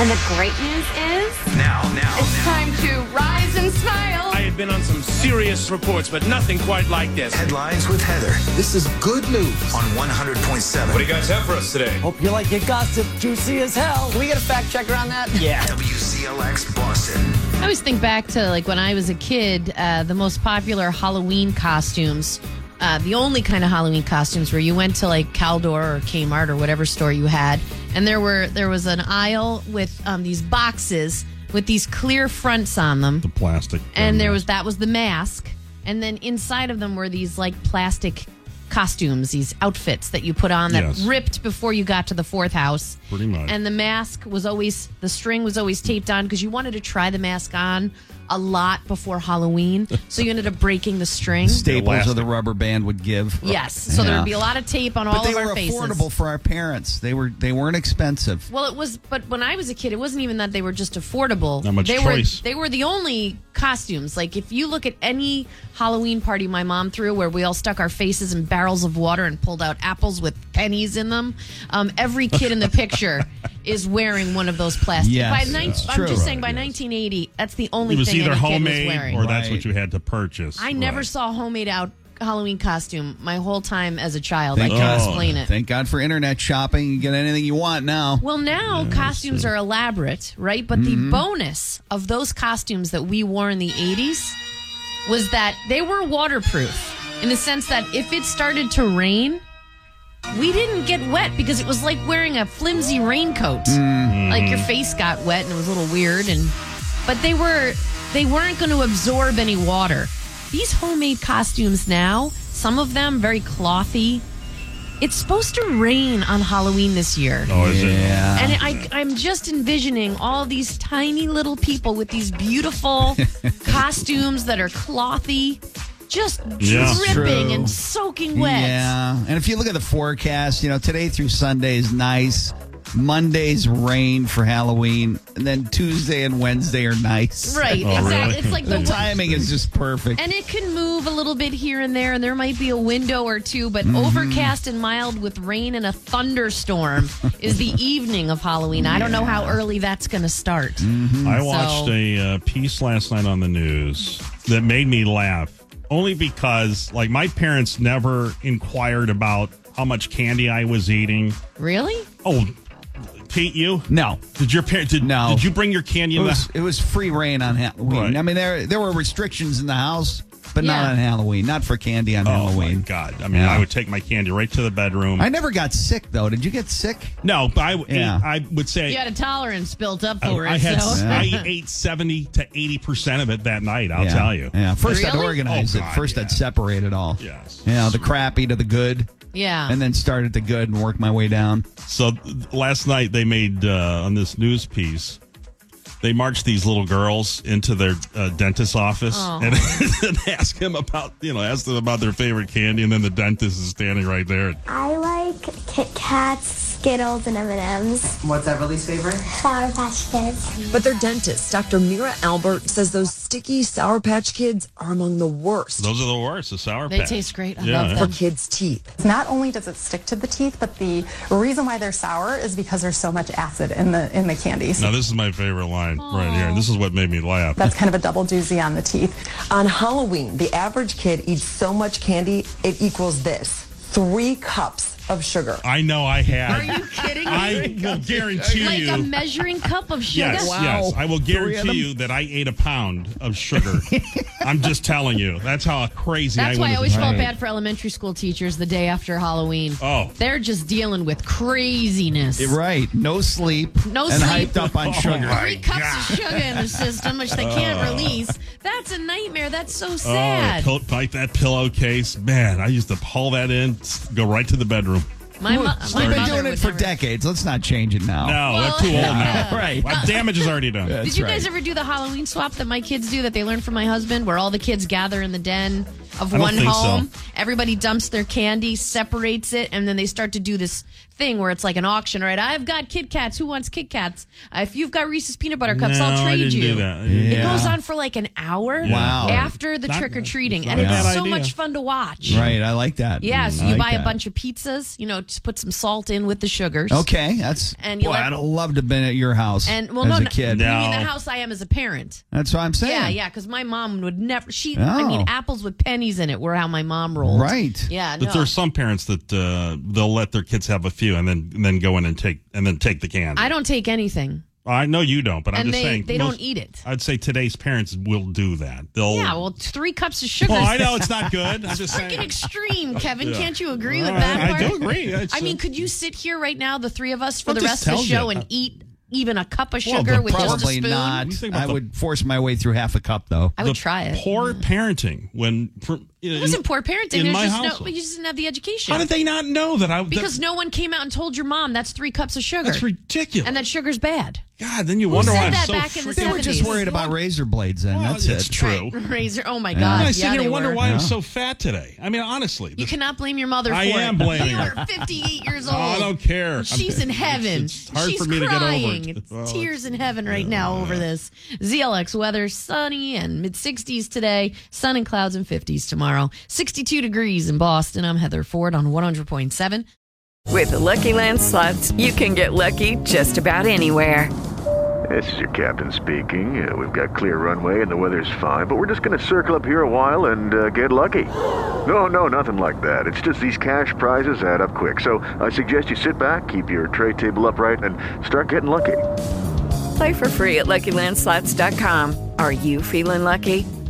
Speaker 19: And the great news is
Speaker 26: Now, now.
Speaker 19: it's time to rise and smile.
Speaker 2: I have been on some serious reports, but nothing quite like this.
Speaker 26: Headlines with Heather
Speaker 2: This is good news.
Speaker 26: on 100.7.
Speaker 2: What do you guys have for us today?
Speaker 16: Hope you like your gossip juicy as hell. Can we get a fact checker on that? Yeah.
Speaker 26: WCLX Boston.
Speaker 15: I always think back to like when I was a kid, uh, the most popular Halloween costumes, uh, the only kind of Halloween costumes where you went to like Caldor or Kmart or whatever store you had, and there were there was an aisle with um, these boxes with these clear fronts on them, the
Speaker 12: plastic,
Speaker 15: and there was that was the mask, and then inside of them were these like plastic costumes, these outfits that you put on that
Speaker 12: Yes.
Speaker 15: ripped before you got to the fourth house.
Speaker 12: Pretty much.
Speaker 15: And the mask was always the string was always taped on because you wanted to try the mask on a lot before Halloween, so you ended up breaking the string.
Speaker 14: Staples of the rubber band would give.
Speaker 15: Yes, so there would be a lot of tape on
Speaker 14: But
Speaker 15: all
Speaker 14: they
Speaker 15: of our
Speaker 14: were
Speaker 15: faces.
Speaker 14: affordable for our parents. They were they weren't expensive.
Speaker 15: Well, it was, but when I was a kid, it wasn't even that they were just affordable.
Speaker 14: Not much
Speaker 15: they
Speaker 14: choice.
Speaker 15: were they were the only costumes. Like if you look at any Halloween party my mom threw, where we all stuck our faces in barrels of water and pulled out apples with pennies in them. Um, every kid in the picture is wearing one of those plastic.
Speaker 12: Yes,
Speaker 15: by nine-
Speaker 12: that's
Speaker 15: I'm
Speaker 12: true.
Speaker 15: just saying, by 1980, that's the only
Speaker 12: it was
Speaker 15: thing
Speaker 12: either
Speaker 15: any kid was
Speaker 12: homemade
Speaker 15: wearing.
Speaker 12: or that's what you had to purchase.
Speaker 15: I never saw a homemade out Halloween costume my whole time as a child. I
Speaker 14: God.
Speaker 15: can't explain it.
Speaker 14: Thank God for internet shopping. You get anything you want now.
Speaker 15: Well, now costumes are elaborate, right? But the bonus of those costumes that we wore in the 80s was that they were waterproof in the sense that if it started to rain, we didn't get wet because it was like wearing a flimsy raincoat.
Speaker 21: Mhm.
Speaker 15: Like your face got wet and it was a little weird and but they were they weren't going to absorb any water. These homemade costumes now, some of them very clothy. It's supposed to rain on Halloween this year.
Speaker 12: Oh, is it?
Speaker 14: Yeah.
Speaker 15: And I, I'm just envisioning all these tiny little people with these beautiful costumes that are clothy, just
Speaker 14: Yeah.
Speaker 15: dripping
Speaker 14: True.
Speaker 15: and soaking wet.
Speaker 14: Yeah. And if you look at the forecast, you know, today through Sunday is nice. Monday's rain for Halloween, and then Tuesday and Wednesday are nice.
Speaker 15: Right, Oh, exactly. really? It's like the
Speaker 14: the
Speaker 15: win-
Speaker 14: timing is just perfect.
Speaker 15: And it can move a little bit here and there, and there might be a window or two, but
Speaker 12: Mm-hmm.
Speaker 15: overcast and mild with rain and a thunderstorm is the evening of Halloween. I don't know how early that's going to start.
Speaker 12: I
Speaker 15: So-
Speaker 12: watched a uh, piece last night on the news that made me laugh only because, like, my parents never inquired about how much candy I was eating.
Speaker 15: Really?
Speaker 12: Oh, Pete, you?
Speaker 14: No.
Speaker 12: Did your parents? Did, no. Did you bring your candy?
Speaker 14: It
Speaker 12: in the-
Speaker 14: was, it was free rain on Halloween.
Speaker 12: Right.
Speaker 14: I mean, there there were restrictions in the house, but
Speaker 12: Yeah.
Speaker 14: not on Halloween. Not for candy on
Speaker 12: Oh my
Speaker 14: Halloween.
Speaker 12: god! I mean, I would take my candy right to the bedroom.
Speaker 14: I never got sick though. Did you get sick?
Speaker 12: No, but I
Speaker 14: Yeah.
Speaker 12: I would say
Speaker 15: You had a tolerance built up
Speaker 12: I,
Speaker 15: for
Speaker 12: I
Speaker 15: it.
Speaker 12: had
Speaker 15: so.
Speaker 12: I ate seventy to eighty percent of it that night. I'll
Speaker 14: Yeah.
Speaker 12: tell you.
Speaker 14: Yeah. First I'd
Speaker 15: Really?
Speaker 14: organize
Speaker 12: Oh,
Speaker 14: it.
Speaker 12: God,
Speaker 14: First I'd separate it all.
Speaker 12: Yes.
Speaker 14: You know, the crappy to the good.
Speaker 15: Yeah.
Speaker 14: And then start at the good and work my way down.
Speaker 12: So th- last night they made uh, on this news piece. They marched these little girls into their uh, dentist's office
Speaker 4: Oh.
Speaker 12: and, and ask him about you know ask them about their favorite candy, and then the dentist is standing right there.
Speaker 27: I like Kit Kats, Skittles, and M&M's.
Speaker 6: What's Everly's favorite?
Speaker 27: Sour Patch Kids.
Speaker 6: But their dentist, Dr. Mira Albert, says those sticky Sour Patch Kids are among the worst
Speaker 12: Those are the worst. The sour.
Speaker 6: They
Speaker 12: Patch.
Speaker 6: taste great. I
Speaker 12: Yeah.
Speaker 6: love them. For kids' teeth.
Speaker 28: Not only does it stick to the teeth, but the reason why they're sour is because there's so much acid in the in the candy. So
Speaker 12: Now this is my favorite line right here, and this is what made me laugh.
Speaker 6: That's kind of a double doozy on the teeth. On Halloween, the average kid eats so much candy, it equals this three cups of sugar.
Speaker 12: I know I
Speaker 28: Are
Speaker 12: had.
Speaker 28: you kidding me?
Speaker 12: I will guarantee
Speaker 15: like
Speaker 12: you.
Speaker 15: a measuring cup of sugar.
Speaker 12: Yes, yes. I
Speaker 15: Three
Speaker 12: will
Speaker 15: of them?
Speaker 12: guarantee you that I ate a pound of sugar. I'm just telling you. That's how crazy
Speaker 15: That's
Speaker 12: I
Speaker 15: why I
Speaker 12: went
Speaker 15: always
Speaker 12: into
Speaker 15: felt
Speaker 12: this.
Speaker 15: bad for elementary school teachers the day after Halloween.
Speaker 12: Oh.
Speaker 15: They're just dealing with craziness.
Speaker 14: Yeah, Right. No sleep.
Speaker 15: No
Speaker 14: and
Speaker 15: sleep.
Speaker 14: hyped up on
Speaker 15: Oh,
Speaker 14: sugar.
Speaker 15: my Three cups of sugar in their system, which they can't
Speaker 12: Oh.
Speaker 15: release. That's a nightmare. That's so
Speaker 12: Oh,
Speaker 15: sad.
Speaker 12: coat bite that pillowcase. Man, I used to haul that in, s- go right to the bedroom.
Speaker 15: my mo- my
Speaker 14: We've been
Speaker 15: mother
Speaker 14: doing
Speaker 15: would
Speaker 14: it for
Speaker 15: never-
Speaker 14: decades. Let's not change it now.
Speaker 12: No, that's too old now.
Speaker 14: right.
Speaker 12: My damage is already done.
Speaker 15: Did you guys ever do the Halloween swap that my kids do that they learned from my husband, where all the kids gather in the den
Speaker 12: I
Speaker 15: of
Speaker 12: don't
Speaker 15: one
Speaker 12: think so.
Speaker 15: home? Everybody dumps their candy, separates it, and then they start to do this thing where it's like an auction, right? I've got Kit Kats. Who wants Kit Kats? Uh, if you've got Reese's peanut butter cups,
Speaker 12: No,
Speaker 15: I'll
Speaker 12: I
Speaker 15: trade
Speaker 12: didn't
Speaker 15: you.
Speaker 12: do that. I didn't
Speaker 15: It
Speaker 12: do that.
Speaker 15: goes on for like an hour
Speaker 14: Yeah. Wow.
Speaker 15: after the
Speaker 14: Not-
Speaker 15: trick or treating,
Speaker 14: it's not
Speaker 15: and
Speaker 14: a
Speaker 15: it's
Speaker 14: bad
Speaker 15: so
Speaker 14: idea.
Speaker 15: much fun to watch.
Speaker 14: Right. I like that.
Speaker 15: Yeah,
Speaker 14: Mm,
Speaker 15: so
Speaker 14: I
Speaker 15: you
Speaker 14: like
Speaker 15: buy
Speaker 14: that.
Speaker 15: a bunch of pizzas, you know, just put some salt in with the sugars.
Speaker 14: Okay, that's
Speaker 15: And you
Speaker 14: boy.
Speaker 15: let-
Speaker 14: I'd love to have been at your house
Speaker 15: And well,
Speaker 14: as
Speaker 15: no,
Speaker 14: a
Speaker 15: no,
Speaker 14: kid.
Speaker 15: I mean the house I am as a parent.
Speaker 14: That's what I'm saying.
Speaker 15: Yeah, yeah, because my mom would never. She, I
Speaker 14: Oh.
Speaker 15: mean, apples with pennies in it were how my mom rolled. Yeah.
Speaker 12: But
Speaker 15: no.
Speaker 12: there's some parents that uh, they'll let their kids have a few and then and then go in and take and then take the candy.
Speaker 15: I don't take anything.
Speaker 12: I know you don't, but I'm
Speaker 15: And
Speaker 12: just
Speaker 15: they-
Speaker 12: saying
Speaker 15: they don't eat it.
Speaker 12: I'd say today's parents will do that. They'll
Speaker 15: Yeah. Well, three cups of sugar.
Speaker 12: Well, I know it's not good. I'm just
Speaker 15: freaking
Speaker 12: saying.
Speaker 15: extreme, Kevin.
Speaker 12: Yeah.
Speaker 15: Can't you agree with
Speaker 12: All
Speaker 15: that?
Speaker 12: right, I
Speaker 15: Part?
Speaker 12: do agree. It's,
Speaker 15: I mean,
Speaker 12: uh,
Speaker 15: could you sit here right now, the three of us, for
Speaker 14: I'll
Speaker 15: the
Speaker 14: just
Speaker 15: rest of the
Speaker 14: tell
Speaker 15: show,
Speaker 14: you. Uh,
Speaker 15: and eat even a cup of
Speaker 14: Well,
Speaker 15: sugar
Speaker 14: but
Speaker 15: with just a
Speaker 14: probably
Speaker 15: spoon?
Speaker 14: not. I would force my way through half a cup though.
Speaker 15: I would try it.
Speaker 12: Poor parenting when for, you
Speaker 15: Mm.
Speaker 12: know,
Speaker 15: It wasn't poor parenting.
Speaker 12: in
Speaker 15: There's
Speaker 12: my
Speaker 15: just no,
Speaker 12: household.
Speaker 15: you just didn't have the education.
Speaker 12: How did they not know that I that-
Speaker 15: Because no one came out and told your mom that's three cups of sugar.
Speaker 12: That's ridiculous.
Speaker 15: And that sugar's bad.
Speaker 12: God, then you
Speaker 15: Who
Speaker 12: wonder
Speaker 15: said
Speaker 12: why I'm
Speaker 15: that
Speaker 12: so
Speaker 15: back in the
Speaker 12: freaking.
Speaker 14: They were just
Speaker 15: 70s.
Speaker 14: worried about razor blades, then.
Speaker 12: Well,
Speaker 14: that's
Speaker 12: it's
Speaker 14: it.
Speaker 12: true.
Speaker 15: Razor. Oh my
Speaker 14: Yeah.
Speaker 15: God.
Speaker 12: I
Speaker 15: Yeah,
Speaker 12: sit here
Speaker 15: they
Speaker 12: and wonder
Speaker 15: were.
Speaker 12: why
Speaker 14: Yeah.
Speaker 12: I'm so fat today. I mean, honestly,
Speaker 15: You
Speaker 12: this-
Speaker 15: cannot blame your mother.
Speaker 12: I
Speaker 15: for
Speaker 12: am
Speaker 15: it.
Speaker 12: blaming
Speaker 15: You
Speaker 12: her.
Speaker 15: are 58 years
Speaker 12: Oh,
Speaker 15: old.
Speaker 12: I don't care. I'm-
Speaker 15: She's in heaven.
Speaker 12: it's hard
Speaker 15: She's
Speaker 12: for me to get over it.
Speaker 15: crying. It's
Speaker 12: Well,
Speaker 14: Oh,
Speaker 12: it's-
Speaker 15: tears in heaven right now over this. ZLX weather: sunny and mid 60s today. Sun and clouds and 50s tomorrow. 62 degrees in Boston. I'm Heather Ford on 100.7.
Speaker 19: With the Lucky Land slots, you can get lucky just about anywhere.
Speaker 21: This is your captain speaking. Uh, we've got clear runway and the weather's fine, but we're just going to circle up here a while and uh, get lucky. No, no, nothing like that. It's just these cash prizes add up quick. So I suggest you sit back, keep your tray table upright, and start getting lucky.
Speaker 19: Play for free at LuckyLandSlots.com. Are you feeling lucky?